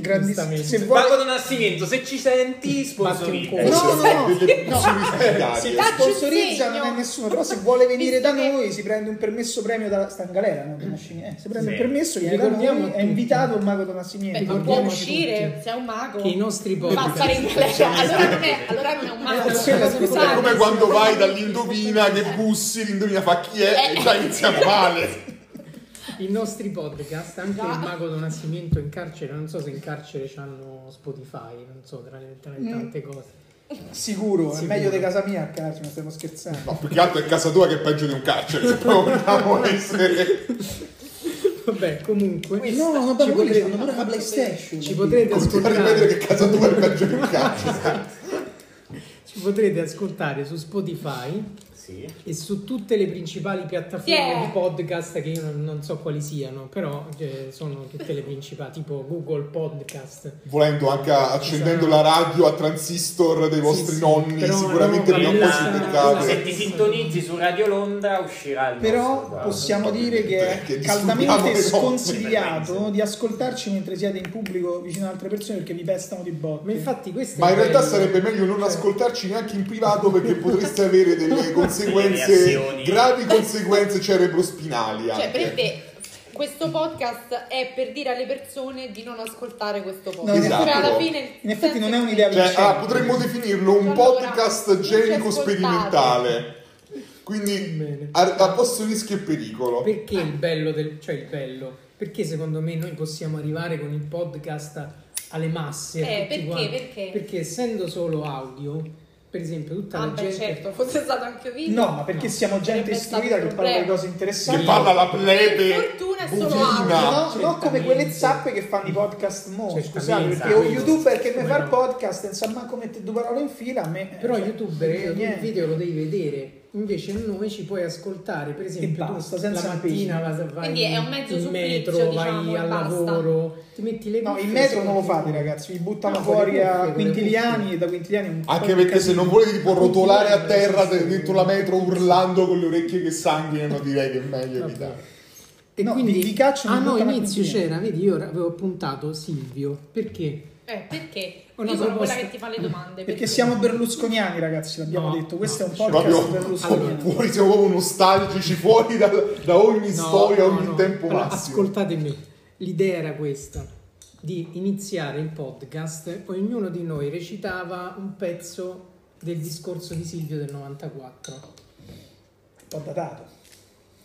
Speaker 6: Grandissimo.
Speaker 3: giustamente.
Speaker 6: Se vuoi...
Speaker 4: Mago Don Assigniento, se ci senti,
Speaker 3: Batti
Speaker 4: sponsorizza.
Speaker 3: un
Speaker 6: No,
Speaker 2: Queste
Speaker 6: no,
Speaker 2: sono
Speaker 6: no.
Speaker 2: delle pulsioni
Speaker 6: si
Speaker 2: sanitarie.
Speaker 5: Dacci un
Speaker 6: sponsorizza
Speaker 5: segno.
Speaker 6: non è nessuno però se vuole venire da
Speaker 5: Visto che-
Speaker 6: noi si prende un permesso premio da sta in galera no? Tomassini? Eh, si prende
Speaker 4: Sì.
Speaker 6: un permesso viene da
Speaker 3: Ricordiamo
Speaker 6: noi è
Speaker 3: tutti.
Speaker 6: invitato il mago
Speaker 5: Beh,
Speaker 6: Tomassini
Speaker 5: non può
Speaker 3: Ricordiamo
Speaker 5: uscire,
Speaker 3: tutti
Speaker 5: se è un mago.
Speaker 3: che i nostri
Speaker 5: fa
Speaker 3: podcast
Speaker 5: stare in galera. Allora non è, allora non è
Speaker 6: Eh,
Speaker 5: un mago.
Speaker 6: Aspetta,
Speaker 5: scusate.
Speaker 6: aspetta,
Speaker 2: È come quando vai dall'indovina che bussi, l'indovina fa chi è e già iniziamo male.
Speaker 3: I nostri podcast, anche
Speaker 5: Già.
Speaker 3: il mago Don Nascimento in carcere, non so se in carcere c'hanno Spotify, non so, tra le, tra le
Speaker 6: Mm.
Speaker 3: tante cose.
Speaker 6: sicuro è
Speaker 3: Sicuro.
Speaker 6: meglio di casa mia a calcio non stiamo scherzando
Speaker 2: No, più che altro è casa tua che è peggio di un carcere, se poi vogliamo essere...
Speaker 3: Vabbè, comunque,
Speaker 6: no no vabbè
Speaker 3: ci
Speaker 6: quelli
Speaker 3: potrete-
Speaker 6: stanno pure la playstation
Speaker 3: ci potrete
Speaker 2: Continua a ripetere
Speaker 3: ascoltare
Speaker 2: che casa tua è peggio di un carcere.
Speaker 3: ci potrete ascoltare su Spotify
Speaker 4: Sì.
Speaker 3: e su tutte le principali piattaforme
Speaker 5: Yeah.
Speaker 3: di podcast che io non, non so quali siano, però eh, sono tutte le principali, tipo Google Podcast.
Speaker 2: Volendo anche accendendo la radio a transistor dei vostri
Speaker 3: Sì, sì.
Speaker 2: nonni,
Speaker 3: Però
Speaker 2: sicuramente
Speaker 3: no,
Speaker 2: prima o
Speaker 3: quella-
Speaker 2: poi si beccate.
Speaker 4: Se ti sintonizzi su Radio Londa uscirà il nostro
Speaker 6: però
Speaker 4: quadro.
Speaker 6: possiamo dire che è
Speaker 2: Che
Speaker 6: caldamente
Speaker 2: disturbiamo le nostre
Speaker 6: sconsigliato di ascoltarci mentre siete in pubblico vicino ad altre persone perché vi pestano di botte
Speaker 3: Ma infatti questo
Speaker 2: Ma
Speaker 3: è
Speaker 2: in realtà
Speaker 3: bello.
Speaker 2: sarebbe meglio non ascoltarci neanche in privato perché potreste avere delle conseguenze,
Speaker 4: reazioni.
Speaker 2: gravi conseguenze cerebrospinali.
Speaker 5: Cioè,
Speaker 2: anche.
Speaker 5: per te, questo podcast è per dire alle persone di non ascoltare questo
Speaker 6: No, in
Speaker 5: podcast.
Speaker 2: Esatto.
Speaker 5: Cioè, alla
Speaker 6: effetti-
Speaker 5: fine il
Speaker 6: in effetti non è
Speaker 5: senso
Speaker 6: un'idea
Speaker 2: Cioè,
Speaker 6: vincente
Speaker 2: ah, potremmo definirlo un
Speaker 5: Allora,
Speaker 2: podcast
Speaker 5: non ci
Speaker 2: genico
Speaker 5: ascoltate.
Speaker 2: sperimentale. Quindi
Speaker 3: Bene.
Speaker 2: a, a posto rischio e pericolo.
Speaker 3: Perché
Speaker 5: Ah.
Speaker 3: il bello del cioè il bello? Perché secondo me noi possiamo arrivare con il podcast alle masse? a
Speaker 5: Eh,
Speaker 3: tutti
Speaker 5: perché,
Speaker 3: quanti?
Speaker 5: perché?
Speaker 3: essendo solo audio, per esempio, tutta
Speaker 5: Ah,
Speaker 3: la
Speaker 5: beh,
Speaker 3: gente
Speaker 5: certo, fosse stato anche video.
Speaker 6: no ma perché
Speaker 3: No.
Speaker 6: siamo gente
Speaker 5: Sarebbe stato
Speaker 6: istruita che
Speaker 5: un
Speaker 6: parla di
Speaker 5: problema.
Speaker 6: cose
Speaker 2: Che
Speaker 6: interessanti
Speaker 2: parla la
Speaker 5: Per
Speaker 2: plebe
Speaker 5: fortuna è solo
Speaker 2: budina.
Speaker 5: audio.
Speaker 6: No, non come
Speaker 3: certamente.
Speaker 6: quelle zappe che fanno i podcast mo,
Speaker 3: Certamente,
Speaker 6: scusate, perché o
Speaker 3: esatto.
Speaker 6: youtuber che mi
Speaker 3: Come
Speaker 6: fa
Speaker 3: no.
Speaker 6: il podcast e non sa manco mettere due parole in fila, a me...
Speaker 3: Però
Speaker 6: cioè,
Speaker 3: youtuber
Speaker 6: non
Speaker 3: eh,
Speaker 6: niente.
Speaker 3: il video lo devi vedere. Invece noi ci puoi ascoltare, per esempio, tu
Speaker 6: basta, senza
Speaker 3: la mattina vas- vai
Speaker 5: Quindi è un mezzo
Speaker 3: in
Speaker 5: supplizio,
Speaker 3: metro, vai
Speaker 5: diciamo, e
Speaker 3: al
Speaker 5: basta.
Speaker 3: lavoro, ti metti le
Speaker 6: No,
Speaker 3: cuffie,
Speaker 6: in metro non lo
Speaker 3: ascolti.
Speaker 6: fate ragazzi, vi buttano
Speaker 3: No, con
Speaker 6: fuori
Speaker 3: le
Speaker 6: a
Speaker 3: cuffie, con le
Speaker 6: quintiliani
Speaker 3: cuffie.
Speaker 6: e da quintiliani è un
Speaker 2: Anche
Speaker 6: un
Speaker 2: perché se
Speaker 6: casino.
Speaker 2: non volete tipo rotolare a terra
Speaker 3: Sì, sì, sì.
Speaker 2: dentro la metro urlando con le orecchie che sanguinano, direi che è meglio
Speaker 3: Vabbè.
Speaker 2: evitare.
Speaker 3: E
Speaker 6: No,
Speaker 3: quindi
Speaker 6: vi- vi cacciano
Speaker 3: Ah
Speaker 6: in
Speaker 3: no,
Speaker 6: tutta la
Speaker 3: inizio
Speaker 6: mattina.
Speaker 3: c'era, vedi, io avevo appuntato Silvio, perché
Speaker 5: Eh, perché?
Speaker 3: Una
Speaker 5: Io sono
Speaker 3: proposta.
Speaker 5: quella che ti fa le domande.
Speaker 6: Perché siamo berlusconiani, ragazzi, l'abbiamo
Speaker 3: No,
Speaker 6: detto. Questo è un
Speaker 3: no,
Speaker 6: podcast
Speaker 2: Proprio
Speaker 6: berlusconiano.
Speaker 2: fuori, siamo proprio nostalgici, fuori dal- da ogni storia, ogni tempo
Speaker 3: Allora,
Speaker 2: massimo.
Speaker 3: ascoltatemi, l'idea era questa, di iniziare il podcast, ognuno di noi recitava un pezzo del discorso di Silvio del 94.
Speaker 6: Ho datato.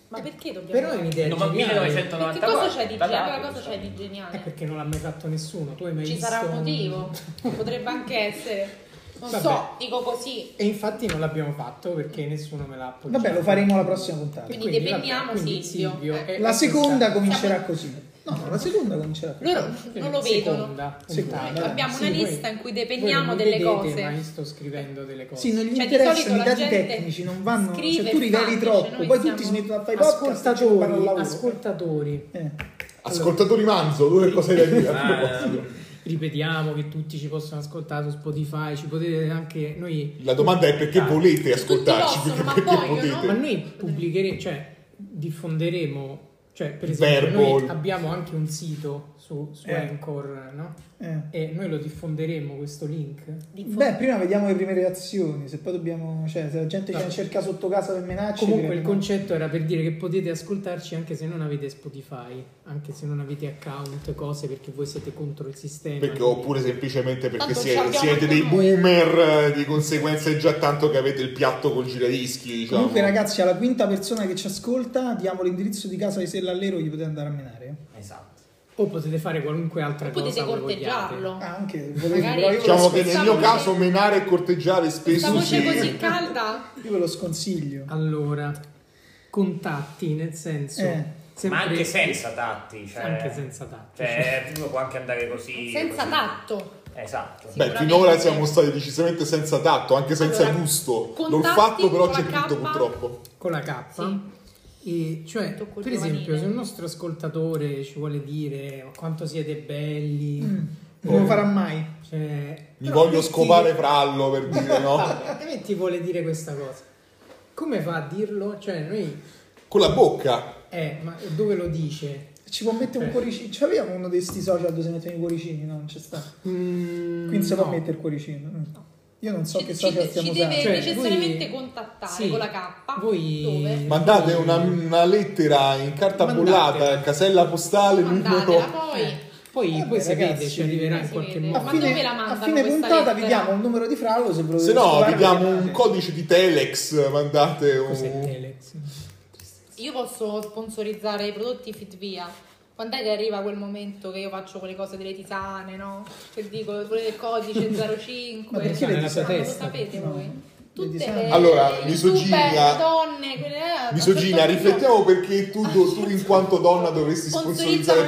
Speaker 5: Ma perché dobbiamo...
Speaker 3: Però è un'idea
Speaker 4: No, ma
Speaker 3: geniale.
Speaker 4: 1994.
Speaker 5: Perché cosa c'è di
Speaker 4: Datato,
Speaker 5: geniale? Cosa c'è di
Speaker 3: Eh,
Speaker 5: geniale?
Speaker 3: perché non l'ha mai fatto nessuno, tu hai mai
Speaker 5: Ci
Speaker 3: visto...
Speaker 5: sarà un motivo. Potrebbe anche essere. Non
Speaker 3: Vabbè.
Speaker 5: so, dico così.
Speaker 3: E infatti non l'abbiamo fatto perché nessuno me l'ha appoggiato.
Speaker 6: Vabbè, lo faremo alla prossima puntata.
Speaker 5: Quindi dependiamo Silvio. Eh.
Speaker 3: è-
Speaker 6: La
Speaker 3: è
Speaker 6: seconda
Speaker 3: questa-
Speaker 6: comincerà così. No, la seconda comincerà così.
Speaker 5: Loro non lo vedono. Ecco,
Speaker 3: Seconda,
Speaker 6: Seconda.
Speaker 3: puntata.
Speaker 6: Vabbè,
Speaker 5: abbiamo
Speaker 3: Sì,
Speaker 5: una
Speaker 3: voi-
Speaker 5: lista in cui
Speaker 3: voi
Speaker 5: dependiamo
Speaker 3: non
Speaker 5: delle
Speaker 3: vedete,
Speaker 5: cose.
Speaker 3: Ma io sto scrivendo delle cose.
Speaker 6: Sì, non gli
Speaker 5: Cioè, di
Speaker 6: interessano
Speaker 5: solito
Speaker 6: i
Speaker 5: la
Speaker 6: dati
Speaker 5: gente
Speaker 6: tecnici, non vanno.
Speaker 5: scrive
Speaker 6: se tu
Speaker 5: e
Speaker 6: li
Speaker 5: fa,
Speaker 6: vedi
Speaker 5: invece
Speaker 6: troppo,
Speaker 5: noi
Speaker 6: poi
Speaker 5: siamo-
Speaker 6: tutti smettono a fare i podcast e ci vanno al
Speaker 3: ascoltatori,
Speaker 6: lavoro.
Speaker 3: ascoltatori,
Speaker 6: Eh.
Speaker 2: Ascoltatori Manzo, tu che cosa hai da dire? a
Speaker 4: Ah,
Speaker 2: proposito?
Speaker 3: ripetiamo che tutti ci possono ascoltare su Spotify, ci potete anche noi
Speaker 2: La domanda è perché volete ascoltarci,
Speaker 5: possono,
Speaker 2: perché,
Speaker 5: ma
Speaker 2: perché
Speaker 5: vogliono?
Speaker 2: potete.
Speaker 3: ma noi pubblicheremo, cioè diffonderemo, cioè per esempio
Speaker 2: Verbo.
Speaker 3: noi abbiamo anche un sito su, su
Speaker 6: Eh.
Speaker 3: Anchor, no?
Speaker 6: eh.
Speaker 3: E noi lo diffonderemo questo link.
Speaker 5: Di fo-
Speaker 6: Beh, prima vediamo le prime reazioni. Se poi dobbiamo. Cioè, se la gente
Speaker 3: No.
Speaker 6: ci cerca sotto casa per menacce.
Speaker 3: Comunque il
Speaker 6: diremmo-
Speaker 3: concetto era per dire che potete ascoltarci anche se non avete Spotify, anche se non avete account, cose perché voi siete contro il sistema.
Speaker 2: Perché-
Speaker 3: quindi-
Speaker 2: oppure semplicemente perché
Speaker 5: Tanto ci
Speaker 2: siete,
Speaker 5: abbiamo
Speaker 2: siete
Speaker 5: anche
Speaker 2: dei
Speaker 5: noi.
Speaker 2: boomer, eh, di conseguenza è già tanto che avete il piatto col giradischi. Diciamo.
Speaker 6: Comunque, ragazzi, alla quinta persona che ci ascolta, diamo l'indirizzo di casa di Sellallero, gli potete andare a menare.
Speaker 4: Esatto.
Speaker 3: O potete fare qualunque altra
Speaker 5: Potete
Speaker 3: cosa voi
Speaker 5: corteggiarlo.
Speaker 3: vogliate.
Speaker 6: Ah, anche volevo,
Speaker 5: Magari-
Speaker 6: però io,
Speaker 2: Diciamo che
Speaker 6: ve lo
Speaker 2: nel
Speaker 5: Questa
Speaker 2: mio
Speaker 5: voce-
Speaker 2: caso menare e corteggiare
Speaker 5: Questa
Speaker 2: spesso
Speaker 5: voce
Speaker 2: si...
Speaker 5: così calda.
Speaker 6: scon- io ve lo sconsiglio.
Speaker 3: Allora, contatti nel senso
Speaker 6: Eh.
Speaker 3: sempre-
Speaker 4: Ma anche senza tatti. Cioè,
Speaker 3: Anche senza tatti,
Speaker 4: Cioè, uno può anche andare così.
Speaker 5: Senza
Speaker 4: così.
Speaker 5: tatto.
Speaker 4: Esatto.
Speaker 2: Beh,
Speaker 5: sicuramente.
Speaker 2: finora siamo stati decisamente senza tatto, anche senza
Speaker 5: Allora,
Speaker 2: gusto. L'ho
Speaker 5: contatti
Speaker 2: fatto, però
Speaker 5: con la
Speaker 2: c'è tutto
Speaker 5: K.
Speaker 2: purtroppo.
Speaker 3: con la K.
Speaker 5: Sì.
Speaker 3: E cioè,
Speaker 5: Tutto col
Speaker 3: per esempio,
Speaker 5: giovanile.
Speaker 3: se un nostro ascoltatore ci vuole dire quanto siete belli,
Speaker 6: Mm.
Speaker 3: eh,
Speaker 6: Non lo farà mai.
Speaker 3: cioè,
Speaker 2: Mi
Speaker 3: però
Speaker 2: voglio
Speaker 3: metti-
Speaker 2: scopare frallo per dire no.
Speaker 3: Vabbè, e metti vuole dire questa cosa. Come fa a dirlo? Cioè, noi
Speaker 2: Con la bocca.
Speaker 3: eh, ma dove lo dice?
Speaker 6: Ci può mettere un
Speaker 3: Eh.
Speaker 6: cuoricino. C'avevamo uno di questi social dove si mettono i cuoricini, no? Non c'è sta.
Speaker 3: Mm,
Speaker 6: Quindi si può
Speaker 3: no.
Speaker 6: mettere il cuoricino. Mm. Io non so
Speaker 5: ci,
Speaker 6: che
Speaker 5: ci-
Speaker 6: social
Speaker 5: ci
Speaker 6: stiamo
Speaker 5: deve
Speaker 6: usando.
Speaker 3: Cioè,
Speaker 5: necessariamente
Speaker 3: voi-
Speaker 5: contattare
Speaker 3: sì.
Speaker 5: con la K.
Speaker 3: Voi-
Speaker 5: Dove?
Speaker 2: Mandate una, una lettera in carta
Speaker 3: Mandatela.
Speaker 2: bollata, casella postale,
Speaker 5: Mandatela
Speaker 2: numero...
Speaker 5: poi.
Speaker 3: Eh, Poi,
Speaker 6: Vabbè,
Speaker 3: poi si
Speaker 6: ragazzi,
Speaker 3: vede, ci arriverà in
Speaker 5: si
Speaker 3: qualche
Speaker 5: vede.
Speaker 3: modo.
Speaker 5: Ma
Speaker 6: a fine,
Speaker 5: dove la
Speaker 6: a
Speaker 5: mandano
Speaker 6: fine
Speaker 5: questa
Speaker 6: puntata vi
Speaker 5: lettera?
Speaker 6: diamo un numero di frallo se volete.
Speaker 2: Se no, vi
Speaker 6: scoparvi,
Speaker 2: diamo un
Speaker 6: guardate.
Speaker 2: codice di Telex, mandate
Speaker 3: Cos'è
Speaker 2: un...
Speaker 3: Telex?
Speaker 5: Io posso sponsorizzare i prodotti Fitvia. Quando è che arriva quel momento che io faccio quelle cose delle tisane, no? Che dico, volete il codice 05?
Speaker 6: Ma perché
Speaker 3: le
Speaker 5: Ah,
Speaker 3: tisane?
Speaker 5: non lo
Speaker 3: Testa.
Speaker 5: sapete
Speaker 6: No.
Speaker 5: voi?
Speaker 6: Le
Speaker 5: Tutte
Speaker 6: tisane.
Speaker 5: le,
Speaker 2: Allora,
Speaker 5: le
Speaker 2: misoginia-
Speaker 5: youtuber, le donne, quelle...
Speaker 2: Misogina,
Speaker 5: a un certo punto
Speaker 2: riflettiamo perché tu, tu in quanto donna dovresti
Speaker 5: sponsorizzano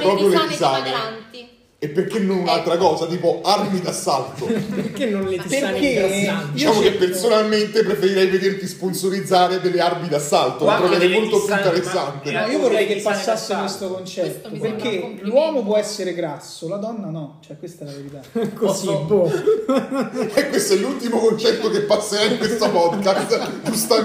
Speaker 2: sponsorizzare proprio le
Speaker 5: di
Speaker 2: tisane.
Speaker 5: flagranti.
Speaker 2: E perché non un'altra cosa, tipo armi d'assalto?
Speaker 3: Perché non le tisane
Speaker 6: Perché-
Speaker 3: ingrassanti?
Speaker 2: Diciamo che
Speaker 6: cerco-
Speaker 2: personalmente preferirei vederti sponsorizzare delle armi d'assalto,
Speaker 4: Ma
Speaker 2: la troverei
Speaker 4: delle
Speaker 2: molto più
Speaker 4: tisane, ma-
Speaker 2: interessante.
Speaker 6: No, io vorrei che passasse questo concetto
Speaker 5: Questo mi sembra un
Speaker 6: perché
Speaker 5: complimento.
Speaker 6: l'uomo può essere grasso, la donna no, cioè questa è la verità.
Speaker 3: Così,
Speaker 4: Posso-
Speaker 3: boh.
Speaker 2: E questo è l'ultimo concetto che passerà in questo podcast.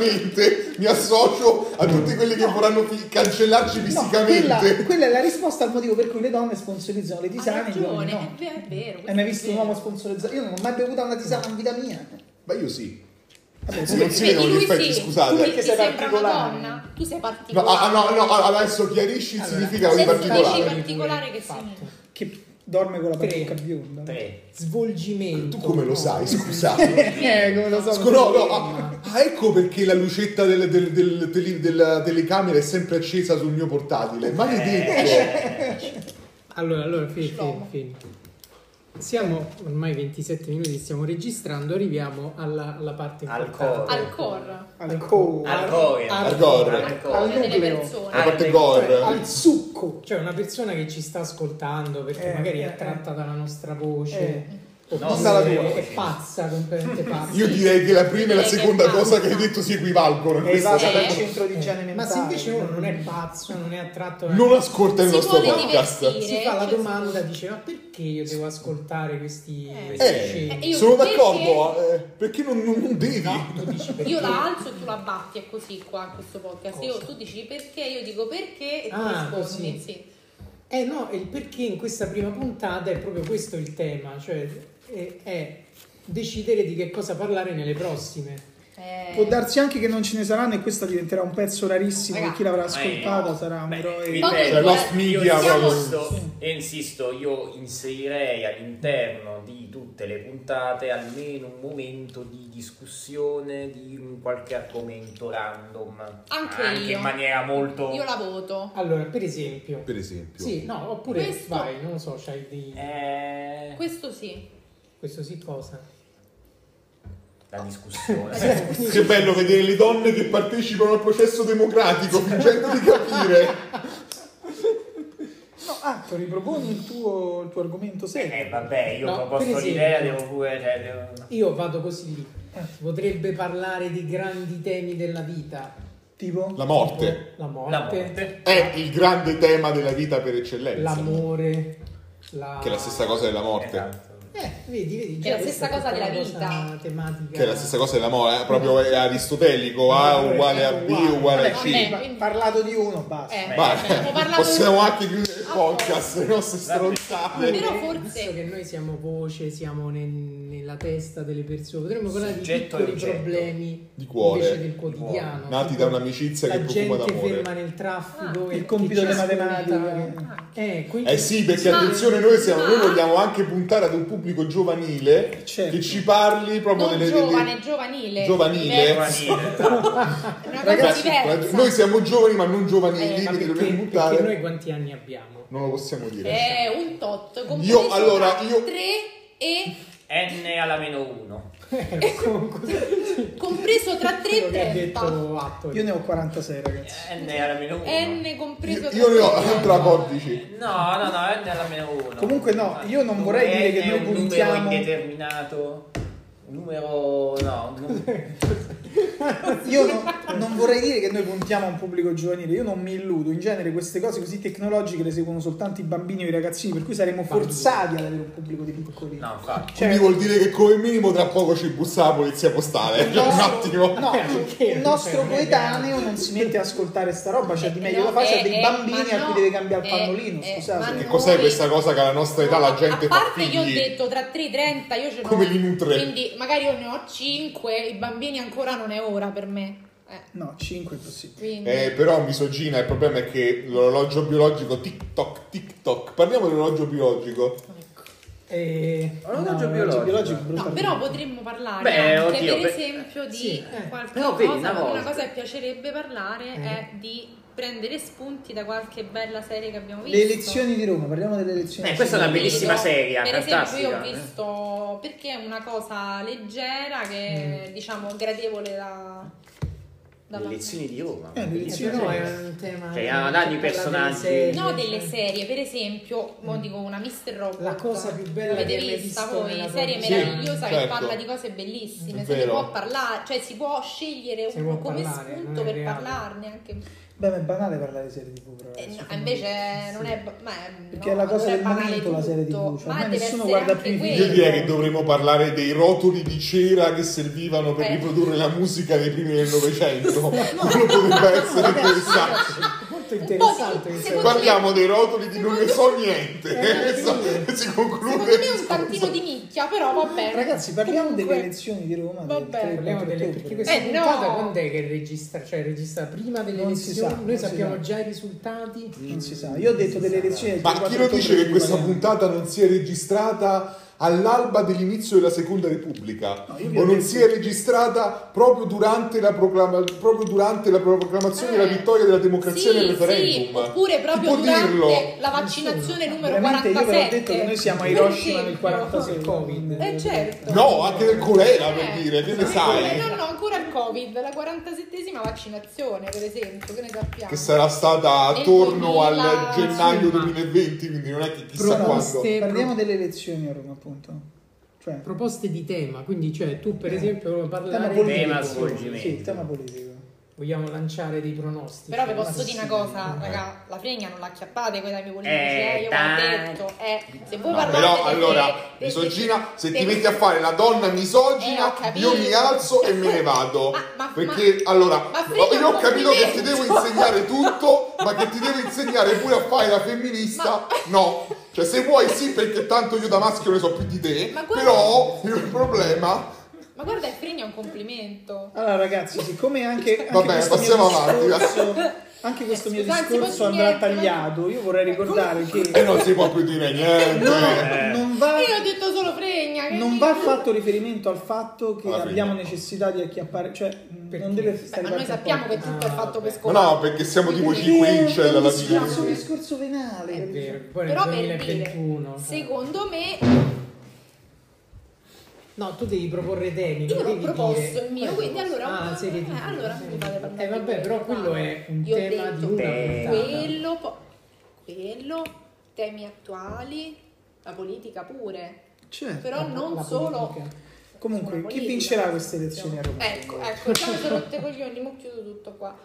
Speaker 2: Giustamente mi associo a tutti quelli che vorranno fi- cancellarci
Speaker 6: No, quella,
Speaker 2: fisicamente.
Speaker 6: quella è la risposta al motivo per cui le donne sponsorizzano le
Speaker 5: Ha
Speaker 6: tisane. e gli uomini
Speaker 5: ragione,
Speaker 6: no. Eh,
Speaker 5: è vero, è vero.
Speaker 6: Hai
Speaker 5: questo
Speaker 6: mai
Speaker 5: è
Speaker 6: visto un
Speaker 5: vero.
Speaker 6: uomo sponsorizzare? Io non ho mai bevuto una tisana in vita mia.
Speaker 2: Ma io sì.
Speaker 6: Vabbè,
Speaker 2: Sì, non si vedono gli
Speaker 5: Vedi, lui
Speaker 2: effetti,
Speaker 5: sì.
Speaker 2: scusate. eh.
Speaker 5: Lui
Speaker 6: Perché
Speaker 5: ti
Speaker 6: sei
Speaker 5: sembra una
Speaker 6: particolare.
Speaker 5: donna? Tu sei
Speaker 2: No, ah,
Speaker 5: particolare.
Speaker 2: ah, no, no, ah, adesso chiarisci il
Speaker 6: Allora,
Speaker 2: significato di
Speaker 5: se si
Speaker 2: particolare.
Speaker 5: dice- particolare che
Speaker 3: Fatto.
Speaker 6: Che dorme con la
Speaker 3: Tre.
Speaker 6: parrucca bionda.
Speaker 4: Tre.
Speaker 3: Svolgimento.
Speaker 2: Tu come lo
Speaker 3: no?
Speaker 2: sai, scusate?
Speaker 6: Eh, come lo so.
Speaker 2: Scu- no, no, ah, ah, ecco perché la lucetta del- del- del tele- della telecamera è sempre accesa sul mio portatile.
Speaker 4: Eh,
Speaker 5: Eh.
Speaker 2: Maledetto!
Speaker 3: Allora, allora, fine,
Speaker 5: Shlomo.
Speaker 3: Siamo ormai 27 minuti, stiamo registrando, arriviamo alla, alla parte
Speaker 4: Al
Speaker 3: importante.
Speaker 4: core.
Speaker 5: Al core.
Speaker 6: Al core.
Speaker 4: Al core.
Speaker 6: Al
Speaker 2: core.
Speaker 6: Al
Speaker 4: Al
Speaker 5: Cioè, delle
Speaker 6: nucleo.
Speaker 5: persone.
Speaker 2: La
Speaker 4: Ah,
Speaker 2: parte
Speaker 4: beh,
Speaker 2: gore.
Speaker 5: Eh.
Speaker 6: Al succo.
Speaker 3: Cioè una persona che ci sta ascoltando perché
Speaker 6: Eh,
Speaker 3: magari è
Speaker 6: eh,
Speaker 3: attratta dalla nostra
Speaker 6: Eh.
Speaker 3: voce. oppure
Speaker 4: Non dalla
Speaker 6: tua.
Speaker 3: È pazza, completamente pazza.
Speaker 2: Io direi che la prima e la
Speaker 5: Direi che
Speaker 2: seconda
Speaker 5: è
Speaker 2: cosa che hai
Speaker 5: basta.
Speaker 2: detto si equivalgono. in
Speaker 6: È
Speaker 2: questa
Speaker 6: evasa
Speaker 5: Eh.
Speaker 6: dal
Speaker 2: realtà.
Speaker 6: centro di igiene mentale.
Speaker 3: Ma se invece uno non è pazzo, non è attratto da-
Speaker 2: Non ascolta il
Speaker 5: Si
Speaker 2: nostro
Speaker 5: vuole
Speaker 2: podcast.
Speaker 5: divertire.
Speaker 3: si fa la
Speaker 5: Cioè,
Speaker 3: domanda, dice ma perché io devo ascoltare questi,
Speaker 5: Eh.
Speaker 3: questi
Speaker 2: Eh.
Speaker 3: scemi?"
Speaker 5: Eh, io-
Speaker 2: Sono
Speaker 5: perché-
Speaker 2: d'accordo, eh, perché non, non- non devi.
Speaker 3: No, tu dici perché.
Speaker 5: Eh, Io la alzo e tu la batti, è così qua in questo podcast. Io,
Speaker 3: Cosa?
Speaker 5: tu dici perché, io dico perché e tu
Speaker 3: Ah,
Speaker 5: rispondi.
Speaker 3: così.
Speaker 5: Sì.
Speaker 3: Eh no, e il perché in questa prima puntata è proprio questo il tema, cioè è, è decidere di che cosa parlare nelle prossime.
Speaker 5: Eh,
Speaker 6: Può darsi anche che non ce ne saranno e questa diventerà un pezzo rarissimo
Speaker 5: Raga,
Speaker 6: e chi l'avrà
Speaker 4: eh,
Speaker 6: ascoltata
Speaker 4: no.
Speaker 6: sarà un
Speaker 4: Beh,
Speaker 6: eroe.
Speaker 4: ripeto,
Speaker 5: Cioè,
Speaker 4: io
Speaker 5: lost
Speaker 2: media
Speaker 5: proprio.
Speaker 4: insisto, e insisto, io inserirei all'interno di tutte le puntate almeno un momento di discussione di un qualche argomento random.
Speaker 5: Anche io.
Speaker 4: in maniera molto...
Speaker 5: Io la voto.
Speaker 3: Allora, per esempio,
Speaker 2: Per esempio.
Speaker 3: sì, no, oppure
Speaker 5: Questo-
Speaker 3: vai, non lo so, c'hai di
Speaker 4: Eh,
Speaker 5: Questo sì.
Speaker 3: questo sì cosa.
Speaker 4: La discussione.
Speaker 2: Che bello vedere le donne che partecipano al processo democratico fingendo di capire.
Speaker 6: No, ah, tu riproponi il tuo, il tuo argomento
Speaker 4: Eh
Speaker 6: serio.
Speaker 4: vabbè, io
Speaker 3: No,
Speaker 4: ho proposto
Speaker 3: per esempio-
Speaker 4: l'idea, devo pure... cioè, devo-
Speaker 3: Io vado così lì.
Speaker 5: Eh.
Speaker 3: Si potrebbe parlare di grandi temi della vita.
Speaker 6: Tipo?
Speaker 2: La morte
Speaker 3: Tipo La morte.
Speaker 4: La morte.
Speaker 2: è il grande tema della vita per eccellenza.
Speaker 3: L'amore. La...
Speaker 2: Che è la stessa cosa della morte.
Speaker 4: Esatto.
Speaker 3: Eh, vedi, vedi.
Speaker 5: Che è la stessa
Speaker 3: tutta
Speaker 5: cosa della
Speaker 3: una cosa
Speaker 5: vita.
Speaker 3: Tematica.
Speaker 2: Che è la stessa cosa dell'amore, eh, proprio è aristotelico, A uguale a B
Speaker 4: eh,
Speaker 2: uguale a
Speaker 5: Vabbè,
Speaker 2: C.
Speaker 5: vabbè.
Speaker 6: Ho parlato di uno, basta.
Speaker 5: Eh,
Speaker 2: Ma
Speaker 5: vabbè, abbiamo parlato-
Speaker 2: possiamo anche chiudere il podcast, le nostre stronzate.
Speaker 5: Però
Speaker 3: Visto che
Speaker 5: forse
Speaker 3: noi siamo voce, siamo nel- nella testa delle persone, potremmo parlare di
Speaker 4: Soggetto e
Speaker 3: piccoli
Speaker 4: oggetto.
Speaker 3: problemi
Speaker 2: Di cuore.
Speaker 3: invece del quotidiano.
Speaker 2: Nati da un'amicizia
Speaker 3: la
Speaker 2: che profuma
Speaker 3: gente
Speaker 2: d'amore.
Speaker 3: ferma nel traffico,
Speaker 6: Ah,
Speaker 3: e
Speaker 6: il compito
Speaker 3: che ci
Speaker 6: delle
Speaker 3: ascolta.
Speaker 6: matematiche.
Speaker 3: Eh, quindi
Speaker 2: Eh sì, perché attenzione, noi, siamo, noi vogliamo anche puntare ad un pubblico giovanile
Speaker 6: Certo.
Speaker 2: che ci parli proprio
Speaker 5: non
Speaker 2: delle... delle-
Speaker 5: giovane, giovanile.
Speaker 2: Giovanile. eh,
Speaker 5: diverso,
Speaker 4: Giovanile.
Speaker 5: Una cosa
Speaker 2: Ragazzi, eh,
Speaker 5: diversa.
Speaker 2: noi siamo giovani ma non giovanili,
Speaker 5: Eh, ma
Speaker 3: perché,
Speaker 2: quindi dobbiamo
Speaker 3: perché
Speaker 2: puntare...
Speaker 3: noi quanti anni abbiamo?
Speaker 2: Non lo possiamo dire.
Speaker 5: È Eh, un tot. compreso
Speaker 2: Io, allora,
Speaker 5: tra
Speaker 2: io-
Speaker 5: tre e...
Speaker 4: N alla meno 1.
Speaker 5: Compreso tra 3
Speaker 3: Quello
Speaker 5: e
Speaker 3: che ha
Speaker 5: 30.
Speaker 3: detto Atto.
Speaker 6: Io ne ho 46, ragazzi.
Speaker 4: N alla meno 1.
Speaker 5: N compreso
Speaker 2: Io,
Speaker 5: tra
Speaker 2: io ne ho
Speaker 5: tre e
Speaker 2: altra
Speaker 5: 30.
Speaker 2: 14.
Speaker 4: No, no, no, N alla meno 1.
Speaker 6: Comunque no, io non vorrei dire che
Speaker 4: è
Speaker 6: noi
Speaker 4: un
Speaker 6: puntiamo-
Speaker 4: numero indeterminato. Un numero no, un- Eh.
Speaker 6: Io no- non vorrei dire che noi puntiamo a un pubblico giovanile, io non mi illudo. In genere queste cose così tecnologiche le seguono soltanto i bambini o i ragazzini, per cui saremo forzati ad avere un pubblico di piccolini.
Speaker 4: no, infatti.
Speaker 6: Cioè,
Speaker 2: Quindi vuol dire che come minimo tra poco ci bussa la polizia postale. Cioè, un attimo.
Speaker 6: No,
Speaker 3: Eh, perché?
Speaker 6: il nostro
Speaker 3: Cioè, non è
Speaker 6: coetaneo
Speaker 4: eh.
Speaker 6: non si mette a ascoltare sta roba, c'è di meglio da fare, c'è
Speaker 5: Eh,
Speaker 6: dei
Speaker 5: eh,
Speaker 6: bambini
Speaker 5: ma
Speaker 6: a cui
Speaker 5: no,
Speaker 6: deve cambiare
Speaker 5: eh,
Speaker 6: il pannolino,
Speaker 5: eh,
Speaker 6: scusate.
Speaker 5: ma
Speaker 2: Che
Speaker 5: no.
Speaker 2: cos'è questa cosa che alla nostra età la gente
Speaker 5: a
Speaker 2: fa
Speaker 5: parte
Speaker 2: figli?
Speaker 5: io ho detto tra 3 e 30 io ce ne ho
Speaker 2: Come li nutre?
Speaker 5: quindi magari io ne ho 5 i bambini ancora non è ora per me eh,
Speaker 6: No, 5 è possibile.
Speaker 5: quindi
Speaker 2: Eh, però misogina, il problema è che l'orologio biologico tic toc tic toc. Parliamo dell'orologio biologico.
Speaker 3: Eh,
Speaker 4: Orologio
Speaker 6: No,
Speaker 4: biologico.
Speaker 6: biologico è brutta
Speaker 5: No, però potremmo parlare
Speaker 4: Beh,
Speaker 5: anche
Speaker 4: oddio,
Speaker 5: per
Speaker 4: beh,
Speaker 5: esempio di
Speaker 3: sì, eh.
Speaker 5: qualche
Speaker 4: Però vedi,
Speaker 5: cosa
Speaker 4: una
Speaker 5: ma una
Speaker 4: volta-
Speaker 5: cosa che piacerebbe parlare
Speaker 3: Eh.
Speaker 5: è di prendere spunti da qualche bella serie che abbiamo visto
Speaker 6: Le elezioni di Roma, parliamo delle elezioni.
Speaker 4: Eh,
Speaker 6: di
Speaker 4: questa è una
Speaker 6: Roma.
Speaker 5: Quindi,
Speaker 4: bellissima
Speaker 5: no,
Speaker 4: serie,
Speaker 5: per esempio io ho
Speaker 4: fantastica. eh.
Speaker 5: visto perché è una cosa leggera che è, diciamo gradevole da, da
Speaker 4: Mm. Le lezioni di Roma.
Speaker 6: Eh, le elezioni
Speaker 3: però è un tema.
Speaker 4: Cioè, ah, dai, i personaggi.
Speaker 5: No, delle serie, per esempio, mo
Speaker 6: Mm.
Speaker 5: dico una Mr. Robot.
Speaker 3: La cosa più bella
Speaker 5: L'avete
Speaker 3: che hai mai
Speaker 5: vista
Speaker 3: visto
Speaker 5: voi,
Speaker 3: nella tua
Speaker 5: serie
Speaker 3: vita.
Speaker 2: Sì,
Speaker 5: meravigliosa che
Speaker 2: certo.
Speaker 5: parla di cose bellissime,
Speaker 2: È
Speaker 5: se ne
Speaker 2: vero.
Speaker 5: può parlare, cioè si può scegliere
Speaker 3: Si
Speaker 5: uno
Speaker 3: può
Speaker 5: come
Speaker 3: parlare,
Speaker 5: spunto
Speaker 3: non è
Speaker 5: per
Speaker 3: reale.
Speaker 5: parlarne anche.
Speaker 6: Beh, ma è banale parlare di serie TV, però.
Speaker 5: Eh, no,
Speaker 6: scusami.
Speaker 5: invece non è ma è,
Speaker 6: Perché
Speaker 5: no,
Speaker 6: è la cosa
Speaker 5: non è
Speaker 6: del
Speaker 5: banale
Speaker 6: momento, la serie TV,
Speaker 5: tutto,
Speaker 6: cioè,
Speaker 5: ma
Speaker 6: ormai
Speaker 5: deve
Speaker 6: nessuno
Speaker 5: essere
Speaker 6: guarda
Speaker 5: anche
Speaker 6: più i video.
Speaker 2: Io
Speaker 5: quello.
Speaker 2: direi che dovremmo parlare dei rotoli di cera che servivano per
Speaker 5: Eh.
Speaker 2: riprodurre la musica dei primi del Novecento. Quello potrebbe essere interessante.
Speaker 6: Molto
Speaker 5: Un po' di-
Speaker 6: interessante. questa-
Speaker 5: secondo me-
Speaker 2: Parliamo dei rotoli di non ne so niente.
Speaker 6: Eh,
Speaker 2: Questo si
Speaker 5: Secondo
Speaker 2: conclude.
Speaker 5: me è un tantino di nicchia, però va bene.
Speaker 6: Ragazzi, parliamo
Speaker 5: eh, Comunque-
Speaker 6: delle elezioni di Roma.
Speaker 5: va
Speaker 6: del
Speaker 5: bene,
Speaker 6: 3,
Speaker 3: Parliamo delle
Speaker 6: ottobre,
Speaker 3: perché
Speaker 6: perché
Speaker 3: questa
Speaker 5: Eh, no!
Speaker 3: puntata quando è che registra? Cioè registra prima delle
Speaker 6: Non si
Speaker 3: elezioni?
Speaker 6: sa, non
Speaker 3: Noi
Speaker 6: si
Speaker 3: sappiamo
Speaker 6: sa.
Speaker 3: già i risultati.
Speaker 6: Non si sa. Io ho detto delle elezioni. del
Speaker 2: Ma chi lo
Speaker 6: 24
Speaker 2: dice che
Speaker 6: ottobre
Speaker 2: questa
Speaker 6: parliamo?
Speaker 2: puntata non si è registrata all'alba dell'inizio della seconda repubblica
Speaker 6: No, io vi ho
Speaker 2: o non
Speaker 6: detto-
Speaker 2: si è registrata proprio durante la, proclama- proprio durante la proclamazione
Speaker 5: Eh.
Speaker 2: della vittoria della democrazia
Speaker 5: Sì,
Speaker 2: nel
Speaker 5: sì,
Speaker 2: referendum?
Speaker 5: oppure
Speaker 2: Chi
Speaker 5: proprio
Speaker 2: può
Speaker 5: durante
Speaker 2: dirlo?
Speaker 5: la vaccinazione numero
Speaker 6: Veramente,
Speaker 5: 47.
Speaker 6: io ve l'ho detto che noi siamo a Hiroshima
Speaker 5: Per
Speaker 6: nel
Speaker 5: esempio.
Speaker 6: 46
Speaker 3: il Covid.
Speaker 5: Eh certo.
Speaker 2: No, anche del colera per
Speaker 5: Eh,
Speaker 2: dire, che ne
Speaker 5: sì,
Speaker 2: sai?
Speaker 5: No, no, ancora il Covid, la 47esima vaccinazione, per esempio, che ne sappiamo.
Speaker 2: Che sarà stata
Speaker 5: Nel
Speaker 2: attorno al
Speaker 5: 2000,
Speaker 2: gennaio
Speaker 3: insomma.
Speaker 2: 2020, quindi non è che chissà
Speaker 3: Pronoste.
Speaker 2: quando.
Speaker 3: Pro-
Speaker 6: Eh, Parliamo delle elezioni a Roma, appunto. Cioè,
Speaker 3: Proposte di tema, quindi cioè tu per esempio
Speaker 6: Eh. tema
Speaker 3: parlare
Speaker 6: politico.
Speaker 4: Tema
Speaker 6: sì,
Speaker 4: svolgimento.
Speaker 6: tema politico.
Speaker 3: Vogliamo lanciare dei pronostici.
Speaker 5: Però vi posso dire una cosa,
Speaker 3: Sì.
Speaker 5: raga, la fregna non la chiappate quella dei politici,
Speaker 4: Eh,
Speaker 5: eh, io ve l'ho
Speaker 4: dai.
Speaker 5: detto, eh, se voi
Speaker 2: No,
Speaker 5: parlate
Speaker 2: Ah, però
Speaker 5: delle-
Speaker 2: allora,
Speaker 5: delle-
Speaker 2: misogina, se ti
Speaker 5: delle-
Speaker 2: metti a fare la donna
Speaker 5: Eh, ho
Speaker 2: misogina,
Speaker 5: capito.
Speaker 2: io mi alzo e me ne vado.
Speaker 5: Ma- ma-
Speaker 2: Perché
Speaker 5: ma-
Speaker 2: allora,
Speaker 5: ma frega
Speaker 2: io ho
Speaker 5: un
Speaker 2: capito che ti devo
Speaker 5: complimento.
Speaker 2: insegnare tutto, ma che ti devo insegnare pure a fare la femminista, no. Cioè, se vuoi sì, perché tanto io da maschio ne so più di te,
Speaker 5: Ma guarda-
Speaker 2: però il problema...
Speaker 5: Ma guarda, il fregna è un complimento.
Speaker 6: Allora ragazzi, siccome anche, anche
Speaker 2: Vabbè,
Speaker 6: questo
Speaker 2: passiamo
Speaker 6: mio
Speaker 2: avanti,
Speaker 6: discorso, anche questo mio
Speaker 5: Scusa, anzi,
Speaker 6: discorso
Speaker 5: posso
Speaker 6: andrà
Speaker 5: dire-
Speaker 6: tagliato, io vorrei ricordare
Speaker 2: E
Speaker 6: che
Speaker 2: non si può più dire niente.
Speaker 4: Eh.
Speaker 6: non va,
Speaker 5: Io ho detto solo fregna, che
Speaker 6: non
Speaker 5: mi-
Speaker 6: va fatto riferimento al fatto che
Speaker 2: Alla fine.
Speaker 6: abbiamo necessità di acchiappare, cioè mh,
Speaker 3: Perché?
Speaker 6: non deve
Speaker 5: Beh,
Speaker 6: stare
Speaker 5: ma noi sappiamo che tutto è fatto per
Speaker 2: Ma
Speaker 5: scopo.
Speaker 2: no, perché siamo tipo
Speaker 6: è
Speaker 2: 5 inch alla
Speaker 6: un
Speaker 2: fine.
Speaker 6: discorso, un discorso venale.
Speaker 3: È vero, poi
Speaker 5: Però
Speaker 3: nel cioè.
Speaker 5: per dire,
Speaker 3: 2021.
Speaker 5: secondo me,
Speaker 3: No, tu devi proporre temi.
Speaker 5: Io
Speaker 3: non
Speaker 5: l'ho
Speaker 3: devi
Speaker 5: proposto
Speaker 3: dire-
Speaker 5: il mio,
Speaker 3: Eh,
Speaker 5: quindi allora-
Speaker 3: Ah, sì, che
Speaker 5: eh,
Speaker 3: dici?
Speaker 5: allora mi fate
Speaker 3: Eh,
Speaker 5: parlare
Speaker 3: vabbè,
Speaker 5: di
Speaker 3: però quello è un
Speaker 5: Io ho
Speaker 3: tema
Speaker 5: detto
Speaker 3: di una
Speaker 4: te-
Speaker 3: puntata.
Speaker 5: quello, po- quello, temi attuali, la politica pure,
Speaker 6: Certo.
Speaker 5: però
Speaker 3: La-
Speaker 5: non
Speaker 3: la
Speaker 5: solo...
Speaker 3: politica.
Speaker 6: Comunque,
Speaker 5: sulla
Speaker 6: chi
Speaker 5: politica.
Speaker 6: vincerà queste elezioni a Roma?
Speaker 5: Ecco, ecco, già mi sono rotte i coglioni, mo chiudo tutto qua.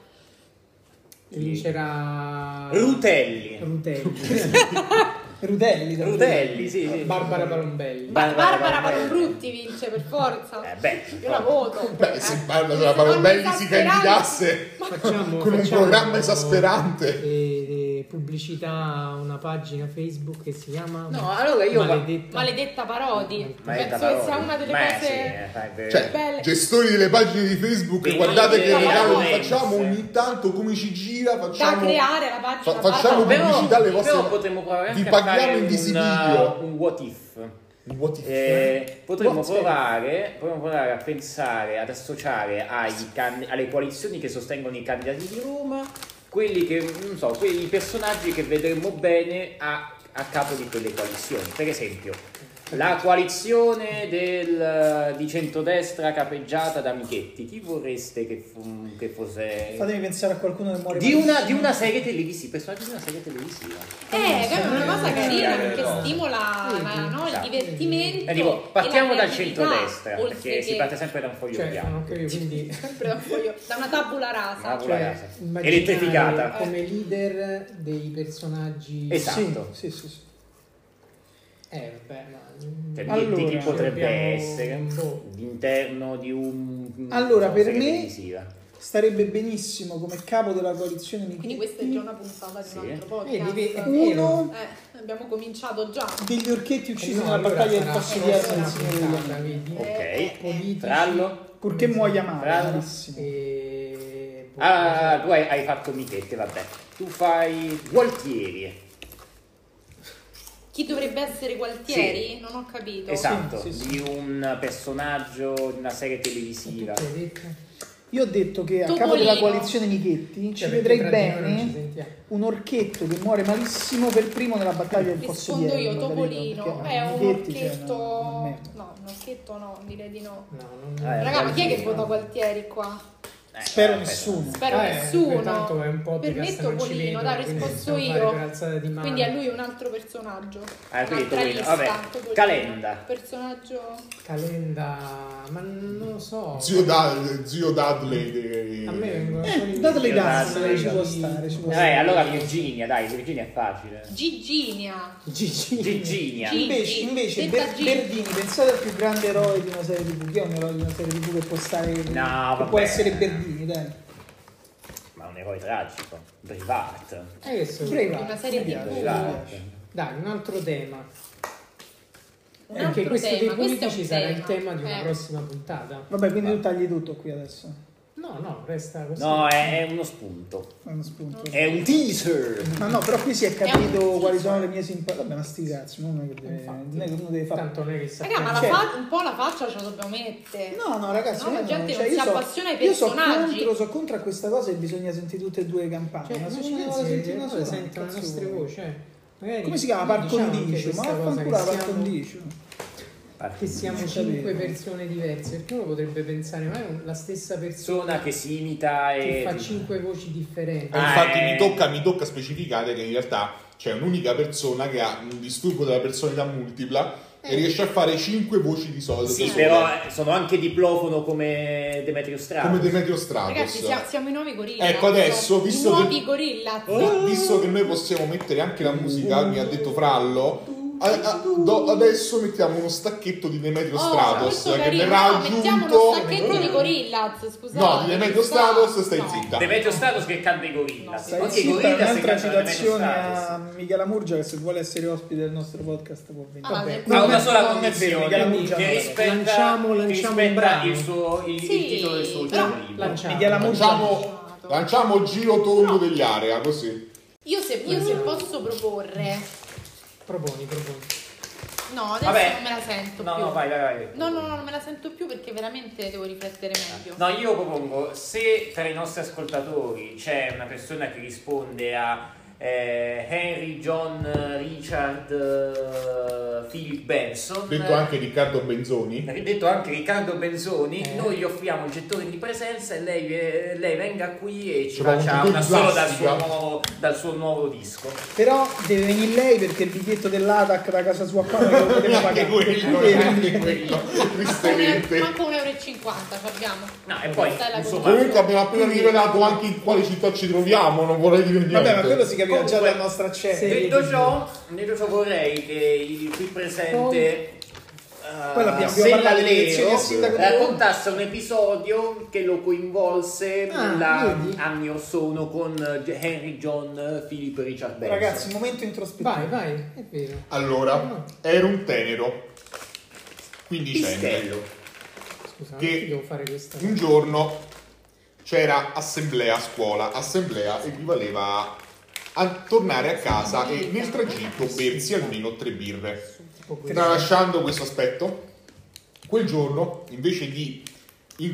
Speaker 3: E lì c'era...
Speaker 4: Rutelli.
Speaker 3: Rutelli.
Speaker 5: ecco.
Speaker 6: Rudelli, davvero.
Speaker 4: Rutelli, sì, sì.
Speaker 3: Barbara Palombelli.
Speaker 4: Ba- Barbara
Speaker 5: Barbara
Speaker 4: Barbarotti.
Speaker 5: Palambrutti vince per forza.
Speaker 4: Eh, beh,
Speaker 5: Io la voto.
Speaker 2: Beh,
Speaker 5: Eh,
Speaker 2: se parla
Speaker 5: non
Speaker 2: della Palombelli si
Speaker 5: esasperare.
Speaker 2: candidasse.
Speaker 3: Facciamo,
Speaker 2: Con un
Speaker 3: facciamo
Speaker 2: programma esasperante.
Speaker 3: eh, eh, pubblicità a una pagina Facebook che si chiama
Speaker 5: No,
Speaker 4: allora io-
Speaker 3: Maledetta.
Speaker 5: Maledetta Parodi.
Speaker 4: Ma è
Speaker 5: Penso
Speaker 4: da
Speaker 5: che sia
Speaker 4: parole.
Speaker 5: una delle
Speaker 4: Ma
Speaker 5: cose...
Speaker 4: sì, eh, fai per-
Speaker 2: Cioè,
Speaker 5: Belle.
Speaker 2: gestori delle pagine di Facebook,
Speaker 4: Sì,
Speaker 2: guardate che
Speaker 5: sì,
Speaker 2: regalo
Speaker 5: sì.
Speaker 2: vi facciamo ogni tanto, come ci gira,
Speaker 5: da
Speaker 2: facciamo...
Speaker 5: creare la pagina
Speaker 2: fa- facciamo
Speaker 5: Barbara-
Speaker 4: però,
Speaker 2: pubblicità alle vostre-
Speaker 4: però potremmo provare
Speaker 2: Vi
Speaker 4: anche a
Speaker 2: paghiamo
Speaker 4: fare
Speaker 2: in visibilio.
Speaker 4: un, un what if.
Speaker 2: What if?
Speaker 4: Eh, potremmo,
Speaker 6: What if?
Speaker 4: provare, potremmo provare a pensare, ad associare ai can- alle coalizioni che sostengono i candidati di Roma, quelli che, non so, quei personaggi che vedremo bene a, a capo di quelle coalizioni. Per esempio, la coalizione del- di centrodestra capeggiata da Michetti, chi vorreste che, fu- che fosse...
Speaker 6: Fatemi pensare a qualcuno che muore.
Speaker 4: Di una,
Speaker 6: malissimo.
Speaker 4: di una serie televisiva, personaggio di una serie televisiva.
Speaker 5: Eh, che è una cosa carina
Speaker 4: Eh,
Speaker 5: perché
Speaker 4: no.
Speaker 5: stimola
Speaker 3: Sì,
Speaker 5: la- no, il
Speaker 4: esatto.
Speaker 5: divertimento.
Speaker 4: Eh, dico, partiamo
Speaker 5: e la
Speaker 4: dal
Speaker 5: creatività,
Speaker 4: centrodestra,
Speaker 5: oltre
Speaker 4: perché si
Speaker 5: che-
Speaker 4: parte sempre da un foglio
Speaker 6: Certo,
Speaker 3: Cioè,
Speaker 4: bianco.
Speaker 3: non ho capito, quindi
Speaker 5: sempre da un foglio- da una tabula rasa.
Speaker 4: Bravo.
Speaker 3: cioè,
Speaker 4: ragazzi.
Speaker 3: immaginare
Speaker 4: Elettrificata.
Speaker 3: come leader dei personaggi
Speaker 4: Esatto.
Speaker 6: Sì, sì, sì, sì.
Speaker 3: eh vabbè ma
Speaker 4: Cioè,
Speaker 3: mm,
Speaker 4: di- di
Speaker 6: Allora,
Speaker 4: chi potrebbe
Speaker 3: abbiamo-
Speaker 4: essere
Speaker 3: boh.
Speaker 4: l'interno di un
Speaker 6: Allora,
Speaker 4: una
Speaker 6: per
Speaker 4: serie
Speaker 6: me-
Speaker 4: televisiva.
Speaker 6: Starebbe benissimo come capo della coalizione Michetti.
Speaker 5: Quindi questa è già una puntata di
Speaker 4: Sì. Eh,
Speaker 5: un altro
Speaker 3: Vedi,
Speaker 5: podcast.
Speaker 3: vedi,
Speaker 6: Uno
Speaker 5: Eh, abbiamo cominciato già.
Speaker 6: degli orchetti uccisi
Speaker 3: No,
Speaker 6: nella
Speaker 3: allora
Speaker 6: battaglia del
Speaker 3: sarà-
Speaker 6: passo di
Speaker 3: sarà
Speaker 6: Arno
Speaker 3: una
Speaker 6: del Signore degli
Speaker 3: puntata,
Speaker 6: Anelli.
Speaker 3: vedi?
Speaker 4: Ok.
Speaker 3: Politici,
Speaker 4: Oh. Trallo.
Speaker 6: Purché muoia male,
Speaker 4: Bravo.
Speaker 6: malissimo.
Speaker 3: e boh,
Speaker 4: Ah, tu hai, hai fatto Michette, vabbè. Tu fai Gualtieri.
Speaker 5: Chi dovrebbe essere Gualtieri? Non ho capito.
Speaker 4: Esatto,
Speaker 6: sì, sì.
Speaker 4: di un personaggio di una serie
Speaker 3: tu che
Speaker 4: televisiva.
Speaker 3: hai detto?
Speaker 6: Io ho detto che a
Speaker 5: Topolino.
Speaker 6: capo della coalizione Michetti ci
Speaker 3: Cioè, perché
Speaker 6: vedrei
Speaker 3: tra di noi non ci
Speaker 6: bene
Speaker 3: sentiamo.
Speaker 6: un orchetto che muore malissimo per primo nella battaglia del passo di
Speaker 5: Rispondo
Speaker 6: Arno.
Speaker 5: io,
Speaker 6: capito?
Speaker 5: Topolino.
Speaker 6: Perché
Speaker 5: È un
Speaker 6: Michetti, cioè,
Speaker 5: orchetto.
Speaker 6: no, una merda.
Speaker 5: No, un orchetto no, direi di no.
Speaker 3: No, non-
Speaker 4: Eh,
Speaker 5: Raga, ma chi è che
Speaker 4: Gualtieri,
Speaker 5: vota
Speaker 4: no?
Speaker 5: Gualtieri qua?
Speaker 4: Eh,
Speaker 6: Spero
Speaker 4: aspetta.
Speaker 6: nessuno.
Speaker 5: Spero
Speaker 3: Eh,
Speaker 5: nessuno.
Speaker 3: tanto è un po' di
Speaker 5: per me
Speaker 3: cassa, non ci
Speaker 5: Topolino,
Speaker 3: vedo,
Speaker 5: dai, ho
Speaker 3: quindi
Speaker 5: risposto
Speaker 3: possiamo fare
Speaker 5: io.
Speaker 3: per alzata di mano.
Speaker 5: Quindi a lui un altro personaggio.
Speaker 4: Ah, quindi
Speaker 5: Un'altra
Speaker 4: Topolino,
Speaker 5: lista.
Speaker 4: vabbè.
Speaker 5: Topolino.
Speaker 4: Calenda.
Speaker 5: Personaggio
Speaker 3: Calenda, ma non lo so.
Speaker 2: Zio, Da- zio Dudley. dei-
Speaker 3: A me vengono
Speaker 6: Eh,
Speaker 3: solo i-
Speaker 6: datele
Speaker 4: Io
Speaker 6: gas,
Speaker 4: dai,
Speaker 6: ci
Speaker 4: dai.
Speaker 6: può stare, ci può
Speaker 4: Eh,
Speaker 6: stare.
Speaker 4: allora Virginia, dai, Virginia è facile.
Speaker 5: Giginia.
Speaker 3: Gigi.
Speaker 4: Virginia.
Speaker 5: Gigi.
Speaker 6: Invece, invece
Speaker 5: Detta
Speaker 6: Ber-
Speaker 5: Gigi.
Speaker 6: Berdini, pensate al più grande eroe di una serie TV. Chi è un eroe di una serie TV che può stare. che
Speaker 4: vabbè.
Speaker 6: può essere Berdini, dai.
Speaker 4: Ma un eroe tragico. Brevard.
Speaker 3: Eh, adesso-
Speaker 6: Prego.
Speaker 5: Una serie
Speaker 6: mi piace.
Speaker 5: TV.
Speaker 4: Brevard.
Speaker 3: Dai, un altro tema.
Speaker 5: Un altro
Speaker 3: Perché questo Eh, dei
Speaker 5: tema, questo è
Speaker 3: politici
Speaker 5: un
Speaker 3: sarà il tema di una
Speaker 5: Eh,
Speaker 3: prossima puntata.
Speaker 6: Vabbè, quindi
Speaker 4: Va.
Speaker 6: tu tagli tutto qui adesso.
Speaker 3: No, no, resta così.
Speaker 4: No,
Speaker 6: eh.
Speaker 4: è, è uno spunto.
Speaker 6: È uno spunto.
Speaker 4: È un teaser.
Speaker 6: Ma no, però qui si è
Speaker 5: È un
Speaker 6: capito
Speaker 5: tizio.
Speaker 6: quali sono le mie simpatie. Vabbè, ma sti cazzi, non è che deve-
Speaker 3: Infatti.
Speaker 6: non è che uno deve fare.
Speaker 3: Tanto non è che
Speaker 5: Raga,
Speaker 3: sappiamo.
Speaker 5: ma la
Speaker 6: Cioè-
Speaker 5: fa- un po' la faccia ce la dobbiamo mettere.
Speaker 6: No, no, ragazzi,
Speaker 5: No, la
Speaker 6: io
Speaker 5: gente
Speaker 6: cioè,
Speaker 5: non
Speaker 6: io
Speaker 5: si
Speaker 6: so-
Speaker 5: appassiona ai
Speaker 6: io so
Speaker 5: personaggi.
Speaker 6: contro- sono contro a questa cosa e bisogna sentire tutte e due le campane.
Speaker 3: Cioè,
Speaker 6: ma
Speaker 3: ma
Speaker 6: se
Speaker 3: ci
Speaker 6: uno
Speaker 3: pensi
Speaker 6: vuole
Speaker 3: che
Speaker 6: sentire una sola,
Speaker 3: sente le
Speaker 6: cazzo
Speaker 3: nostre
Speaker 6: vuoi?
Speaker 3: voci, eh. Magari
Speaker 6: Come si chiama? Par
Speaker 3: diciamo anche
Speaker 6: condicio, ma
Speaker 3: questa cosa che
Speaker 6: vaffanculo la par
Speaker 3: siamo-
Speaker 6: condicio.
Speaker 3: Che siamo
Speaker 6: Non
Speaker 3: cinque
Speaker 6: sapevo.
Speaker 3: persone diverse, perché uno potrebbe pensare, ma è un- la stessa persona
Speaker 4: Persona che si imita
Speaker 3: che
Speaker 2: Eh,
Speaker 4: e...
Speaker 2: mm.
Speaker 3: fa cinque voci differenti.
Speaker 2: E
Speaker 4: Ah,
Speaker 2: infatti
Speaker 4: eh.
Speaker 2: mi, tocca, mi tocca specificare che in realtà c'è un'unica persona che ha un disturbo della personalità multipla e
Speaker 5: Eh.
Speaker 2: riesce a fare 5 voci di solito.
Speaker 4: Sì, però eh, sono anche diplofono come Demetrio Strauss.
Speaker 2: Come Demetrio Stratos.
Speaker 5: eh, Ragazzi, siamo, siamo i nuovi gorilla.
Speaker 2: Ecco, adesso,
Speaker 5: I
Speaker 2: visto che- Oh,
Speaker 5: nuovi gorilla. Oh,
Speaker 2: No, visto che noi possiamo mettere anche la musica, mi ha detto Frallo, a- a- do- adesso mettiamo uno stacchetto di Demetrio
Speaker 5: Oh,
Speaker 2: Stratos
Speaker 5: questo
Speaker 2: che
Speaker 5: carino.
Speaker 2: verrà
Speaker 5: No, mettiamo uno
Speaker 2: aggiunto.
Speaker 5: stacchetto di gorillaz, scusate.
Speaker 2: No, di Demetrio
Speaker 5: ci
Speaker 2: Stratos,
Speaker 5: sta.
Speaker 2: stai
Speaker 5: No.
Speaker 2: zitta.
Speaker 4: Demetrio Stratos che canta i
Speaker 5: No,
Speaker 4: gorilla.
Speaker 5: sì.
Speaker 6: Stai
Speaker 4: Anche i
Speaker 6: zitta,
Speaker 4: gorilla se
Speaker 6: un'altra
Speaker 4: cantano Demetrio
Speaker 6: citazione
Speaker 4: Stratos.
Speaker 6: a Michela Murgia che se vuole essere ospite del nostro podcast può venire.
Speaker 5: Ah,
Speaker 6: Vabbè,
Speaker 5: ecco.
Speaker 4: Ma
Speaker 6: non
Speaker 4: una
Speaker 6: è-
Speaker 4: sola
Speaker 6: non è vero,
Speaker 4: condizione
Speaker 6: Michela
Speaker 3: quindi-
Speaker 6: Murgia non è
Speaker 4: che
Speaker 6: vero.
Speaker 4: rispetta,
Speaker 3: Lanciamo-
Speaker 4: che
Speaker 3: lanciamo
Speaker 4: rispetta
Speaker 3: un brano.
Speaker 4: il, suo, il, il
Speaker 5: Sì,
Speaker 4: titolo del suo
Speaker 5: però-
Speaker 4: ultimo libro.
Speaker 3: Lanciamo.
Speaker 6: Michela
Speaker 2: Lanciamo, lanciamo giro tondo degli area, così.
Speaker 5: Io se, io
Speaker 3: Esatto.
Speaker 5: se posso proporre...
Speaker 3: Proponi, proponi.
Speaker 5: No, adesso
Speaker 4: Vabbè.
Speaker 5: non me la sento
Speaker 4: No,
Speaker 5: più.
Speaker 4: no, vai, vai, vai. Eh,
Speaker 5: No, no, no, non me la sento più perché veramente devo riflettere meglio.
Speaker 4: No, io propongo, se tra i nostri ascoltatori c'è una persona che risponde a eh, Henry John Richard eh, Philip Benson, eh,
Speaker 2: Detto anche Riccardo Benzoni.
Speaker 4: detto anche Riccardo Benzoni,
Speaker 3: Eh.
Speaker 4: noi gli offriamo un gettone di presenza e lei, eh, lei venga qui e ci
Speaker 2: Ci fa un
Speaker 4: faccia
Speaker 2: gettone
Speaker 4: una
Speaker 2: di
Speaker 4: solo dal
Speaker 2: plastica.
Speaker 4: suo, nuovo, dal suo nuovo disco.
Speaker 6: Però deve venire lei perché il biglietto dell'ATAC da casa sua qua non lo poteva
Speaker 2: Anche
Speaker 6: pagare.
Speaker 2: quello,
Speaker 6: Quindi-
Speaker 2: anche quello,
Speaker 5: Manco un-
Speaker 2: tristemente.
Speaker 5: manco 1,50 euro ci abbiamo.
Speaker 4: No, e poi,
Speaker 5: Questa è la
Speaker 4: insomma,
Speaker 2: Comunque abbiamo appena rivelato anche in quale città ci troviamo, non vorrei dire niente.
Speaker 6: Vabbè, ma quello si capiva già
Speaker 4: Comunque-
Speaker 6: dal nostro accento.
Speaker 3: Sì.
Speaker 4: Detto ciò, detto ciò vorrei che il qui presente eh,
Speaker 6: Poi l'abbiamo- abbiamo
Speaker 4: Sella
Speaker 6: parlato delle
Speaker 4: Leo Eh,
Speaker 6: elezioni al sindaco di
Speaker 4: raccontasse un episodio che lo coinvolse
Speaker 3: Ah,
Speaker 4: la-
Speaker 3: vedi?
Speaker 4: anni or sono con eh, Henry John eh, Philip Richard Benson.
Speaker 6: Ragazzi, un momento introspettivo.
Speaker 3: Vai, vai, è vero.
Speaker 2: Allora, era un tenero, quindicenne,
Speaker 4: Pistello.
Speaker 3: Scusa,
Speaker 2: Che- Mm.
Speaker 3: che devo fare questa.
Speaker 2: un giorno c'era assemblea a scuola, assemblea equivaleva a tornare a casa e nel tragitto bersi almeno tre birre.
Speaker 3: tipo questo.
Speaker 2: Tralasciando questo aspetto, quel giorno invece di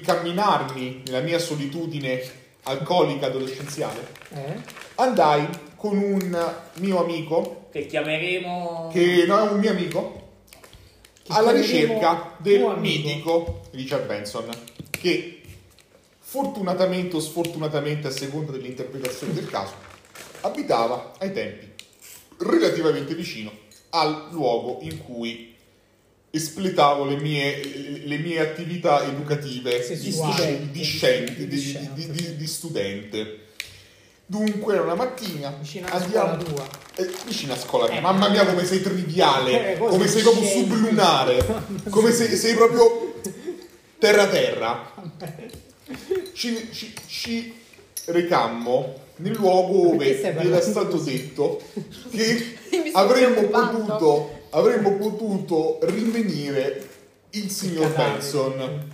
Speaker 2: incamminarmi nella mia solitudine alcolica adolescenziale,
Speaker 3: Eh?
Speaker 2: andai con un mio amico,
Speaker 4: Che chiameremo...
Speaker 2: che non è un mio amico,
Speaker 3: Che
Speaker 2: alla
Speaker 3: chiameremo
Speaker 2: ricerca
Speaker 3: tuo
Speaker 2: del
Speaker 3: amico.
Speaker 2: mitico Richard Benson, che fortunatamente o sfortunatamente a seconda dell'interpretazione del caso, abitava ai tempi relativamente vicino al luogo in cui espletavo le mie, le mie attività educative
Speaker 3: Sì,
Speaker 2: di,
Speaker 3: wow.
Speaker 2: scien- di scien-
Speaker 6: Di
Speaker 2: di-
Speaker 6: scienze.
Speaker 2: di- di- di studente. Dunque era una mattina,
Speaker 3: Vicino alla
Speaker 2: andiamo,
Speaker 3: scuola tua.
Speaker 2: eh, vicino a scuola mia, mamma mia come sei triviale,
Speaker 6: Eh, poi
Speaker 2: come
Speaker 6: sei
Speaker 2: sei proprio
Speaker 6: scemo.
Speaker 2: sublunare, come sei, sei proprio terra terra. Ci, ci- ci recammo nel luogo
Speaker 3: Perché
Speaker 2: dove
Speaker 3: stai
Speaker 2: era
Speaker 3: parlando
Speaker 2: stato detto che
Speaker 5: Mi sto
Speaker 2: avremmo
Speaker 5: preoccupando.
Speaker 2: potuto, avremmo potuto rinvenire il signor
Speaker 3: cadavere.
Speaker 2: Benson.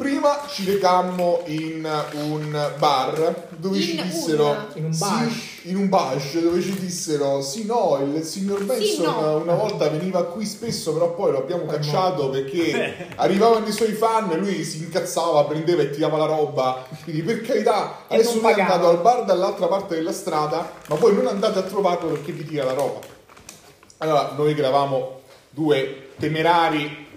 Speaker 2: Prima ci recammo in un bar dove
Speaker 5: In
Speaker 2: ci
Speaker 5: una?
Speaker 2: dissero
Speaker 3: In un bash.
Speaker 2: sì, in un bash dove ci dissero sì no il signor Benson
Speaker 5: no."
Speaker 2: una volta veniva qui spesso però poi lo abbiamo cacciato perché arrivavano i suoi fan e lui si incazzava prendeva e tirava la roba quindi per carità
Speaker 6: E
Speaker 2: adesso
Speaker 6: non
Speaker 2: lui è
Speaker 6: pagava.
Speaker 2: andato al bar dall'altra parte della strada ma voi non andate a trovarlo perché vi tira la roba allora noi che eravamo due temerari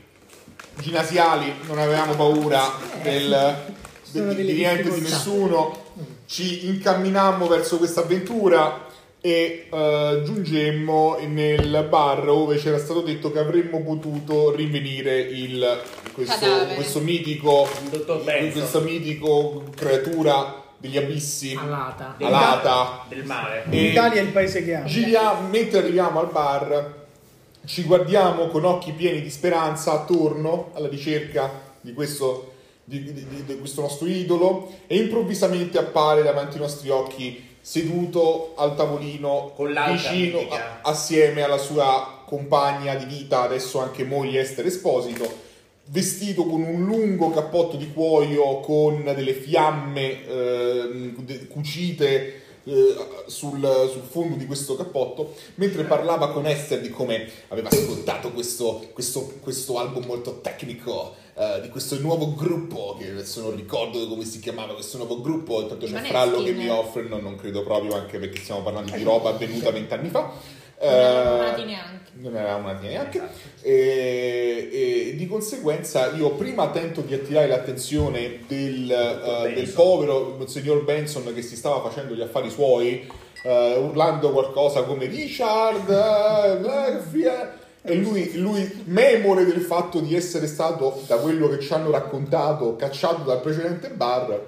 Speaker 2: ginasiali non avevamo paura del,
Speaker 3: Eh, sono
Speaker 2: de- di,
Speaker 3: delle
Speaker 2: niente di
Speaker 3: difficoltà. Mm.
Speaker 2: nessuno ci incamminammo verso questa avventura e eh, giungemmo nel bar dove c'era stato detto che avremmo potuto rinvenire il questo,
Speaker 5: Cadavere.
Speaker 2: questo mitico
Speaker 4: Il dottor Benson.
Speaker 2: questa mitico creatura degli abissi
Speaker 3: Ah. Alata.
Speaker 4: del-
Speaker 2: alata
Speaker 4: Del mare.
Speaker 2: E-
Speaker 6: L'Italia è il paese che ama.
Speaker 2: Giriamo, mentre arriviamo al bar, ci guardiamo con occhi pieni di speranza attorno alla ricerca di questo, di- di- di- di questo nostro idolo e improvvisamente appare davanti ai nostri occhi seduto al tavolino
Speaker 4: Con l'altra
Speaker 2: vicino
Speaker 4: amica.
Speaker 2: a- assieme alla sua compagna di vita, adesso anche moglie Esther Esposito, vestito con un lungo cappotto di cuoio con delle fiamme ehm, de- cucite eh, sul, sul fondo di questo cappotto, mentre parlava con Esther di come aveva ascoltato questo, questo- questo album molto tecnico eh, di questo nuovo gruppo, che adesso non ricordo come si chiamava questo nuovo gruppo, intanto c'è
Speaker 5: Maneskin.
Speaker 2: Frallo che mi offre, no, non credo proprio, anche perché stiamo parlando di roba avvenuta vent'anni fa.
Speaker 5: Non eravamo
Speaker 2: Eh,
Speaker 5: nati neanche. Esatto,
Speaker 2: non eravamo nati neanche e, e di conseguenza io prima tento di attirare l'attenzione del, eh, del
Speaker 4: Benson.
Speaker 2: povero signor Benson che si stava facendo gli affari suoi eh, urlando qualcosa come Richard eh, Blackfield E lui, lui, memore del fatto di essere stato, da quello che ci hanno raccontato, cacciato dal precedente bar,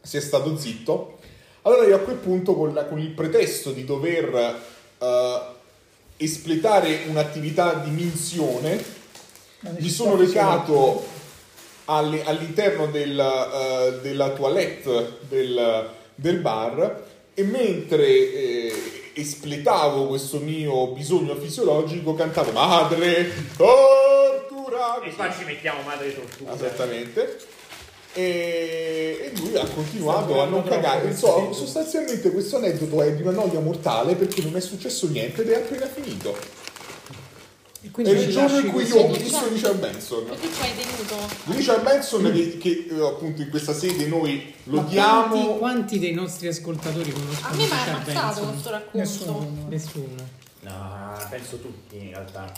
Speaker 2: si è stato zitto. Allora io a quel punto, con, la- con il pretesto di dover eh, espletare un'attività di minzione, mi sono recato alle- all'interno del, eh, della toilette del, del bar e mentre eh, espletavo questo mio bisogno fisiologico cantavo Madre tortura!
Speaker 4: E qua ci mettiamo madre tortura.
Speaker 2: Esattamente. E, e lui ha continuato
Speaker 7: Sta
Speaker 2: a non
Speaker 7: durando
Speaker 2: cagare.
Speaker 7: troppo,
Speaker 2: Insomma,
Speaker 7: sì.
Speaker 2: sostanzialmente questo aneddoto è di una noia mortale perché non è successo niente ed è appena finito.
Speaker 3: E
Speaker 2: È
Speaker 3: quindi
Speaker 2: il
Speaker 3: ci
Speaker 2: giorno
Speaker 3: lasci diciamo.
Speaker 2: in cui
Speaker 3: questo
Speaker 2: io ho
Speaker 5: di-
Speaker 2: visto Richard Benson.
Speaker 5: Così ci hai tenuto.
Speaker 2: Richard Benson che, che, eh, appunto in questa sede noi
Speaker 3: Mm.
Speaker 2: lo
Speaker 3: Ma
Speaker 2: diamo
Speaker 3: Quanti, quanti dei nostri ascoltatori conoscono
Speaker 5: A me mi ha
Speaker 3: Richard
Speaker 5: ammazzato
Speaker 3: Benson?
Speaker 5: questo racconto.
Speaker 6: Nessuno.
Speaker 3: Nessuno.
Speaker 4: No, penso tutti in realtà.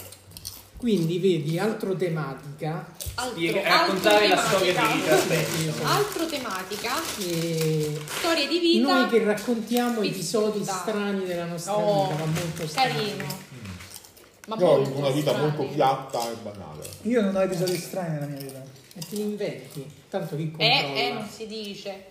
Speaker 3: Quindi vedi, altro tematica
Speaker 5: Altro,
Speaker 7: Spiega-
Speaker 5: altro
Speaker 7: raccontare la storia di
Speaker 5: tematica.
Speaker 7: Richard Benson.
Speaker 5: Altro tematica,
Speaker 3: e
Speaker 5: storie di vita.
Speaker 3: noi che raccontiamo
Speaker 5: Vita.
Speaker 3: episodi strani della nostra
Speaker 5: No,
Speaker 3: vita, ma molto strani.
Speaker 5: Oh, carino. Ma
Speaker 2: Io ho
Speaker 5: molto
Speaker 2: una vita
Speaker 5: strani.
Speaker 2: molto piatta e banale.
Speaker 6: Io non ho episodi strani nella mia vita.
Speaker 3: E te li inventi, tanto chi controlla.
Speaker 5: Eh, eh, non si dice.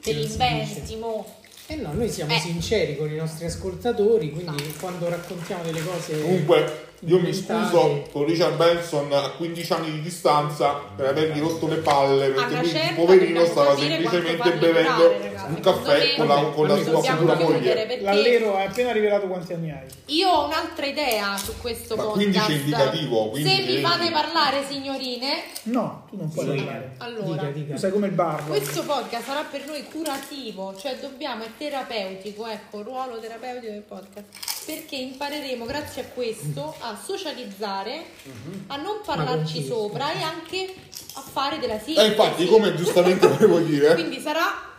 Speaker 5: Te
Speaker 3: Che non
Speaker 5: li
Speaker 3: si
Speaker 5: inventi,
Speaker 3: dice.
Speaker 5: mo.
Speaker 3: Eh no, noi siamo
Speaker 5: Eh.
Speaker 3: sinceri con i nostri ascoltatori, quindi quando raccontiamo delle cose...
Speaker 2: Comunque io mi
Speaker 3: inventate-
Speaker 2: scuso con Richard Benson a 15 anni di distanza per avergli rotto le palle perché
Speaker 5: Alla
Speaker 2: lui,
Speaker 5: certa
Speaker 2: poverino,
Speaker 5: dobbiamo
Speaker 2: stava
Speaker 5: capire
Speaker 2: semplicemente
Speaker 5: quanto farli
Speaker 2: bevendo
Speaker 5: durare, ragazzi.
Speaker 2: un caffè
Speaker 5: Secondo
Speaker 2: con la,
Speaker 5: me
Speaker 2: con la sua
Speaker 5: dobbiamo
Speaker 2: futura
Speaker 5: chiudere,
Speaker 2: moglie.
Speaker 5: perché
Speaker 6: L'allero ha appena rivelato quanti anni hai.
Speaker 5: Io ho un'altra idea su questo
Speaker 2: Ma
Speaker 5: podcast.
Speaker 2: 15 è indicativo, 15
Speaker 5: Se mi
Speaker 2: è
Speaker 5: fate
Speaker 2: indicativo.
Speaker 5: parlare, signorine,
Speaker 6: No, tu non puoi
Speaker 4: Sì.
Speaker 6: parlare.
Speaker 5: allora.
Speaker 3: Dica, dica.
Speaker 6: Tu sei come il barbo.
Speaker 5: Questo podcast sarà per noi curativo, cioè dobbiamo, è terapeutico, ecco, ruolo terapeutico del podcast, perché impareremo grazie a questo a socializzare, a non
Speaker 3: Ma
Speaker 5: parlarci
Speaker 3: con chi?
Speaker 5: sopra e anche a fare della sintesi.
Speaker 2: E Eh, infatti, come giustamente volevo dire, eh.
Speaker 5: Quindi sarà...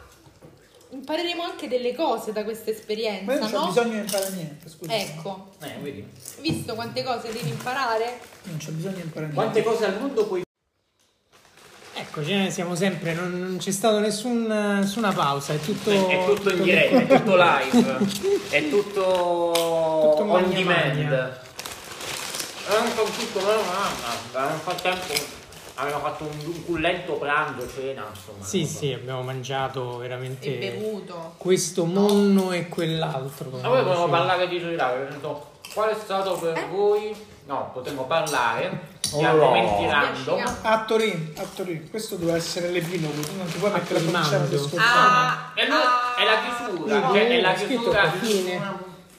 Speaker 5: impareremo anche delle cose da
Speaker 6: Ma
Speaker 5: questa
Speaker 6: io non
Speaker 5: esperienza,
Speaker 6: c'ho
Speaker 5: no?
Speaker 6: bisogno di imparare niente, scusa.
Speaker 5: Ecco,
Speaker 4: Eh, vedi.
Speaker 5: visto quante cose devi imparare?
Speaker 6: Non c'ho bisogno di imparare niente.
Speaker 4: Quante cose al mondo puoi
Speaker 3: Eccoci, noi Ecco, siamo sempre, non, non c'è stata nessun- nessuna pausa, è tutto...
Speaker 7: È tutto in diretta, è tutto live, è tutto, on
Speaker 3: magna
Speaker 7: demand.
Speaker 3: magna.
Speaker 7: Hanno fatto tutto loro mamma, avevano fatto tempo, avevano fatto un, un cullento pranzo, cena, insomma.
Speaker 3: Sì, sì, abbiamo mangiato
Speaker 5: E
Speaker 3: veramente
Speaker 5: bevuto.
Speaker 3: questo monno e quell'altro. come
Speaker 7: Ma poi potremmo
Speaker 3: dicevo.
Speaker 7: parlare di solitario, per esempio, qual è stato per voi? No, potremmo parlare di
Speaker 2: Oh.
Speaker 7: argomenti
Speaker 2: Mi
Speaker 7: random.
Speaker 5: asciuga.
Speaker 6: Attori, attori, questo doveva essere l'epilogo, tu non ti puoi mettere a
Speaker 3: Affermando.
Speaker 6: cominciare questo
Speaker 5: Ah,
Speaker 7: E noi-
Speaker 5: ah.
Speaker 7: è la chiusura,
Speaker 3: Ah,
Speaker 7: cioè è
Speaker 3: eh,
Speaker 7: la
Speaker 3: è scritto
Speaker 7: chiusura.
Speaker 3: qua, fine.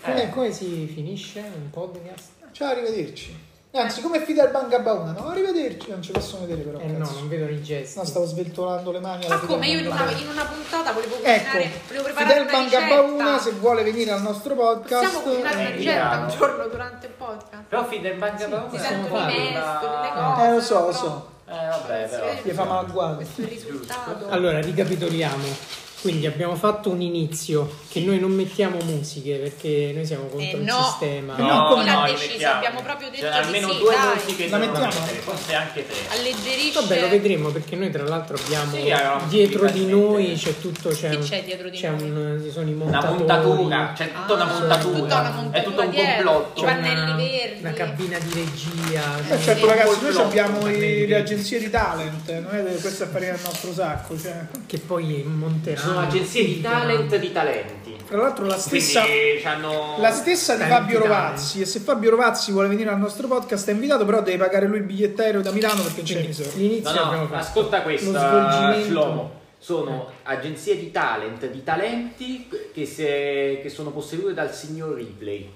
Speaker 3: Come,
Speaker 7: Eh,
Speaker 3: come si finisce un podcast?
Speaker 6: Ciao, arrivederci. Anzi, come fida il Banga Bauna, no? Arrivederci, non ci possono vedere però,
Speaker 3: Eh
Speaker 6: cazzo.
Speaker 3: no, non vedo i gesti.
Speaker 6: No, stavo sveltolando le mani alla
Speaker 5: Ma
Speaker 6: Fidel
Speaker 5: come io in una,
Speaker 6: Bangabauna.
Speaker 5: in una puntata volevo cucinare, volevo
Speaker 6: Ecco,
Speaker 5: preparare
Speaker 6: Fidel
Speaker 5: una ricetta.
Speaker 6: Bangabauna, se vuole venire al nostro
Speaker 5: Possiamo
Speaker 6: podcast...
Speaker 5: cucinare una
Speaker 7: Eh,
Speaker 5: ricetta
Speaker 7: chiaro.
Speaker 5: un giorno durante il podcast?
Speaker 7: Però fin del banca paura.
Speaker 3: Sì,
Speaker 5: Si
Speaker 3: possiamo
Speaker 5: sentono i
Speaker 3: farlo.
Speaker 5: mestoli, le
Speaker 6: Eh,
Speaker 5: cose.
Speaker 6: lo so, lo
Speaker 5: però
Speaker 6: so.
Speaker 7: Eh, vabbè,
Speaker 5: si
Speaker 7: però.
Speaker 5: vede
Speaker 6: Gli fa malguato.
Speaker 5: Questo è il risultato.
Speaker 3: Allora, ricapitoliamo. Quindi abbiamo fatto un inizio che noi non mettiamo musiche perché noi siamo contro
Speaker 5: eh
Speaker 3: il
Speaker 5: no,
Speaker 3: sistema.
Speaker 5: no,
Speaker 7: No,
Speaker 5: come
Speaker 7: no,
Speaker 5: l'ha
Speaker 7: li
Speaker 5: deciso?
Speaker 7: mettiamo.
Speaker 5: Abbiamo proprio detto
Speaker 7: C'erano
Speaker 5: di
Speaker 7: almeno
Speaker 5: sì,
Speaker 7: due
Speaker 5: dai.
Speaker 7: musiche
Speaker 6: La
Speaker 7: da
Speaker 6: mettiamo?
Speaker 7: mettere, forse anche tre.
Speaker 5: Alleggerisce.
Speaker 3: Vabbè, lo vedremo perché noi tra l'altro abbiamo
Speaker 7: Sì, allora,
Speaker 3: dietro di noi
Speaker 7: divertente.
Speaker 3: c'è tutto c'è,
Speaker 5: Chi
Speaker 3: un-
Speaker 5: c'è dietro di
Speaker 3: c'è
Speaker 5: noi?
Speaker 3: un- eh, ci sono i
Speaker 7: Una
Speaker 3: montatori.
Speaker 7: montatura, c'è tutta una
Speaker 5: Ah,
Speaker 7: montatura.
Speaker 5: tutta una
Speaker 7: è tutto
Speaker 5: montatura
Speaker 7: un
Speaker 5: dietro. Cioè,
Speaker 7: complotto.
Speaker 3: c'è una-
Speaker 5: pannelli verdi.
Speaker 3: una cabina di regia.
Speaker 6: Eh,
Speaker 3: c'è-
Speaker 6: certo ragazzi, noi
Speaker 7: Colpo
Speaker 6: abbiamo
Speaker 3: blocco,
Speaker 6: i-
Speaker 3: quindi.
Speaker 6: le agenzie di talent, non è che questo è farina al nostro sacco. Cioè.
Speaker 3: che poi monteranno.
Speaker 7: Ci sono agenzie di talent di talenti.
Speaker 6: Tra l'altro la stessa,
Speaker 7: Quindi hanno
Speaker 6: la stessa di
Speaker 3: Talenti
Speaker 6: Fabio
Speaker 3: talent.
Speaker 6: Rovazzi e se Fabio Rovazzi vuole venire al nostro podcast è invitato, però deve pagare lui il biglietto aereo da Milano perché c'è
Speaker 3: Quindi,
Speaker 6: misura.
Speaker 3: l'inizio
Speaker 7: Cioè, No,
Speaker 3: abbiamo
Speaker 7: no,
Speaker 3: fatto.
Speaker 7: ascolta
Speaker 3: Lo
Speaker 7: questa,
Speaker 3: svolgimento-
Speaker 7: Shlomo. Sono agenzie di talent, di talenti che, se- che sono possedute dal signor Ripley.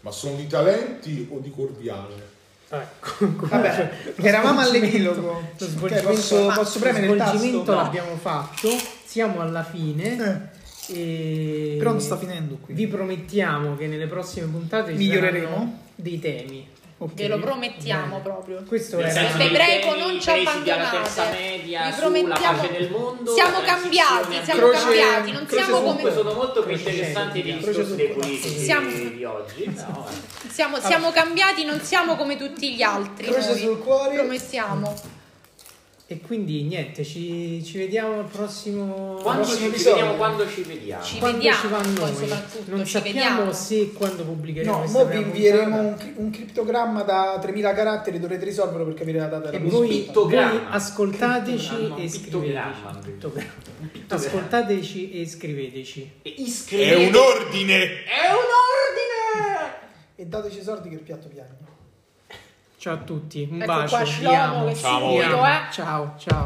Speaker 2: ma sono di talenti o di cordiale?
Speaker 3: Ecco,
Speaker 6: Vabbè, eravamo all'epilogo.
Speaker 3: Lo
Speaker 6: Ok,
Speaker 3: svolgimento,
Speaker 6: posso,
Speaker 3: ma
Speaker 6: posso premere
Speaker 3: lo
Speaker 6: il
Speaker 3: svolgimento
Speaker 6: tasto? No.
Speaker 3: l'abbiamo fatto, siamo alla fine.
Speaker 6: Eh,
Speaker 3: E
Speaker 6: però non sta finendo qui.
Speaker 3: Vi promettiamo che nelle prossime puntate ci
Speaker 6: Miglioreremo.
Speaker 3: saranno dei temi.
Speaker 6: Ok.
Speaker 5: Ve lo promettiamo
Speaker 3: Bene.
Speaker 5: proprio.
Speaker 3: Questo
Speaker 7: Nel
Speaker 3: era
Speaker 7: senso
Speaker 5: Questo
Speaker 7: dei
Speaker 5: ebraico
Speaker 7: temi
Speaker 5: non ci
Speaker 7: presi dalla
Speaker 5: abbandonate.
Speaker 7: terza media
Speaker 5: Vi
Speaker 7: sulla
Speaker 5: promettiamo-
Speaker 7: pace nel mondo,
Speaker 5: Siamo
Speaker 7: la
Speaker 5: cambiati,
Speaker 7: transizione
Speaker 5: siamo
Speaker 6: Croce-
Speaker 5: cambiati, non
Speaker 6: croce
Speaker 5: siamo
Speaker 6: su-
Speaker 5: come
Speaker 7: Comunque sono molto più
Speaker 3: Croce
Speaker 7: interessanti dei
Speaker 3: celtica.
Speaker 7: discorsi
Speaker 6: Croce
Speaker 7: dei politici
Speaker 5: Siamo-
Speaker 7: di oggi. No, eh.
Speaker 5: Siamo, siamo cambiati, non siamo come tutti gli altri.
Speaker 6: Croce
Speaker 5: noi.
Speaker 6: sul cuore.
Speaker 5: Promettiamo.
Speaker 3: E quindi niente, ci, ci vediamo al prossimo...
Speaker 4: Quando ci,
Speaker 6: prossimo
Speaker 4: ci
Speaker 6: episodio.
Speaker 4: vediamo quando ci vediamo.
Speaker 5: Ci
Speaker 3: quando
Speaker 5: vediamo,
Speaker 3: ci va a
Speaker 5: poi
Speaker 3: noi.
Speaker 5: soprattutto
Speaker 3: Non
Speaker 5: ci
Speaker 3: sappiamo
Speaker 5: vediamo.
Speaker 3: se e quando pubblicheremo
Speaker 6: No,
Speaker 3: questa
Speaker 6: mo vi
Speaker 3: prima
Speaker 6: invieremo
Speaker 3: puntata.
Speaker 6: un, cri- un criptogramma da 3000 caratteri, dovrete risolverlo per capire la data
Speaker 3: E
Speaker 6: della
Speaker 3: voi,
Speaker 6: puntata.
Speaker 4: pittogramma.
Speaker 3: voi ascoltateci
Speaker 4: Pittogramma,
Speaker 3: e
Speaker 4: pittogramma.
Speaker 3: scriveteci. Pittogramma. Ascoltateci e scriveteci.
Speaker 4: E
Speaker 2: È
Speaker 4: iscrivetevi.
Speaker 2: un ordine!
Speaker 4: È un ordine!
Speaker 6: E dateci i soldi che il piatto piano.
Speaker 3: Ciao a tutti, un
Speaker 5: Ecco
Speaker 3: bacio.
Speaker 5: qua
Speaker 3: vi
Speaker 5: Shlomo
Speaker 3: amo.
Speaker 5: che
Speaker 2: Ciao.
Speaker 5: si
Speaker 3: Vi
Speaker 5: vedo,
Speaker 3: amo.
Speaker 5: eh.
Speaker 3: Ciao, ciao.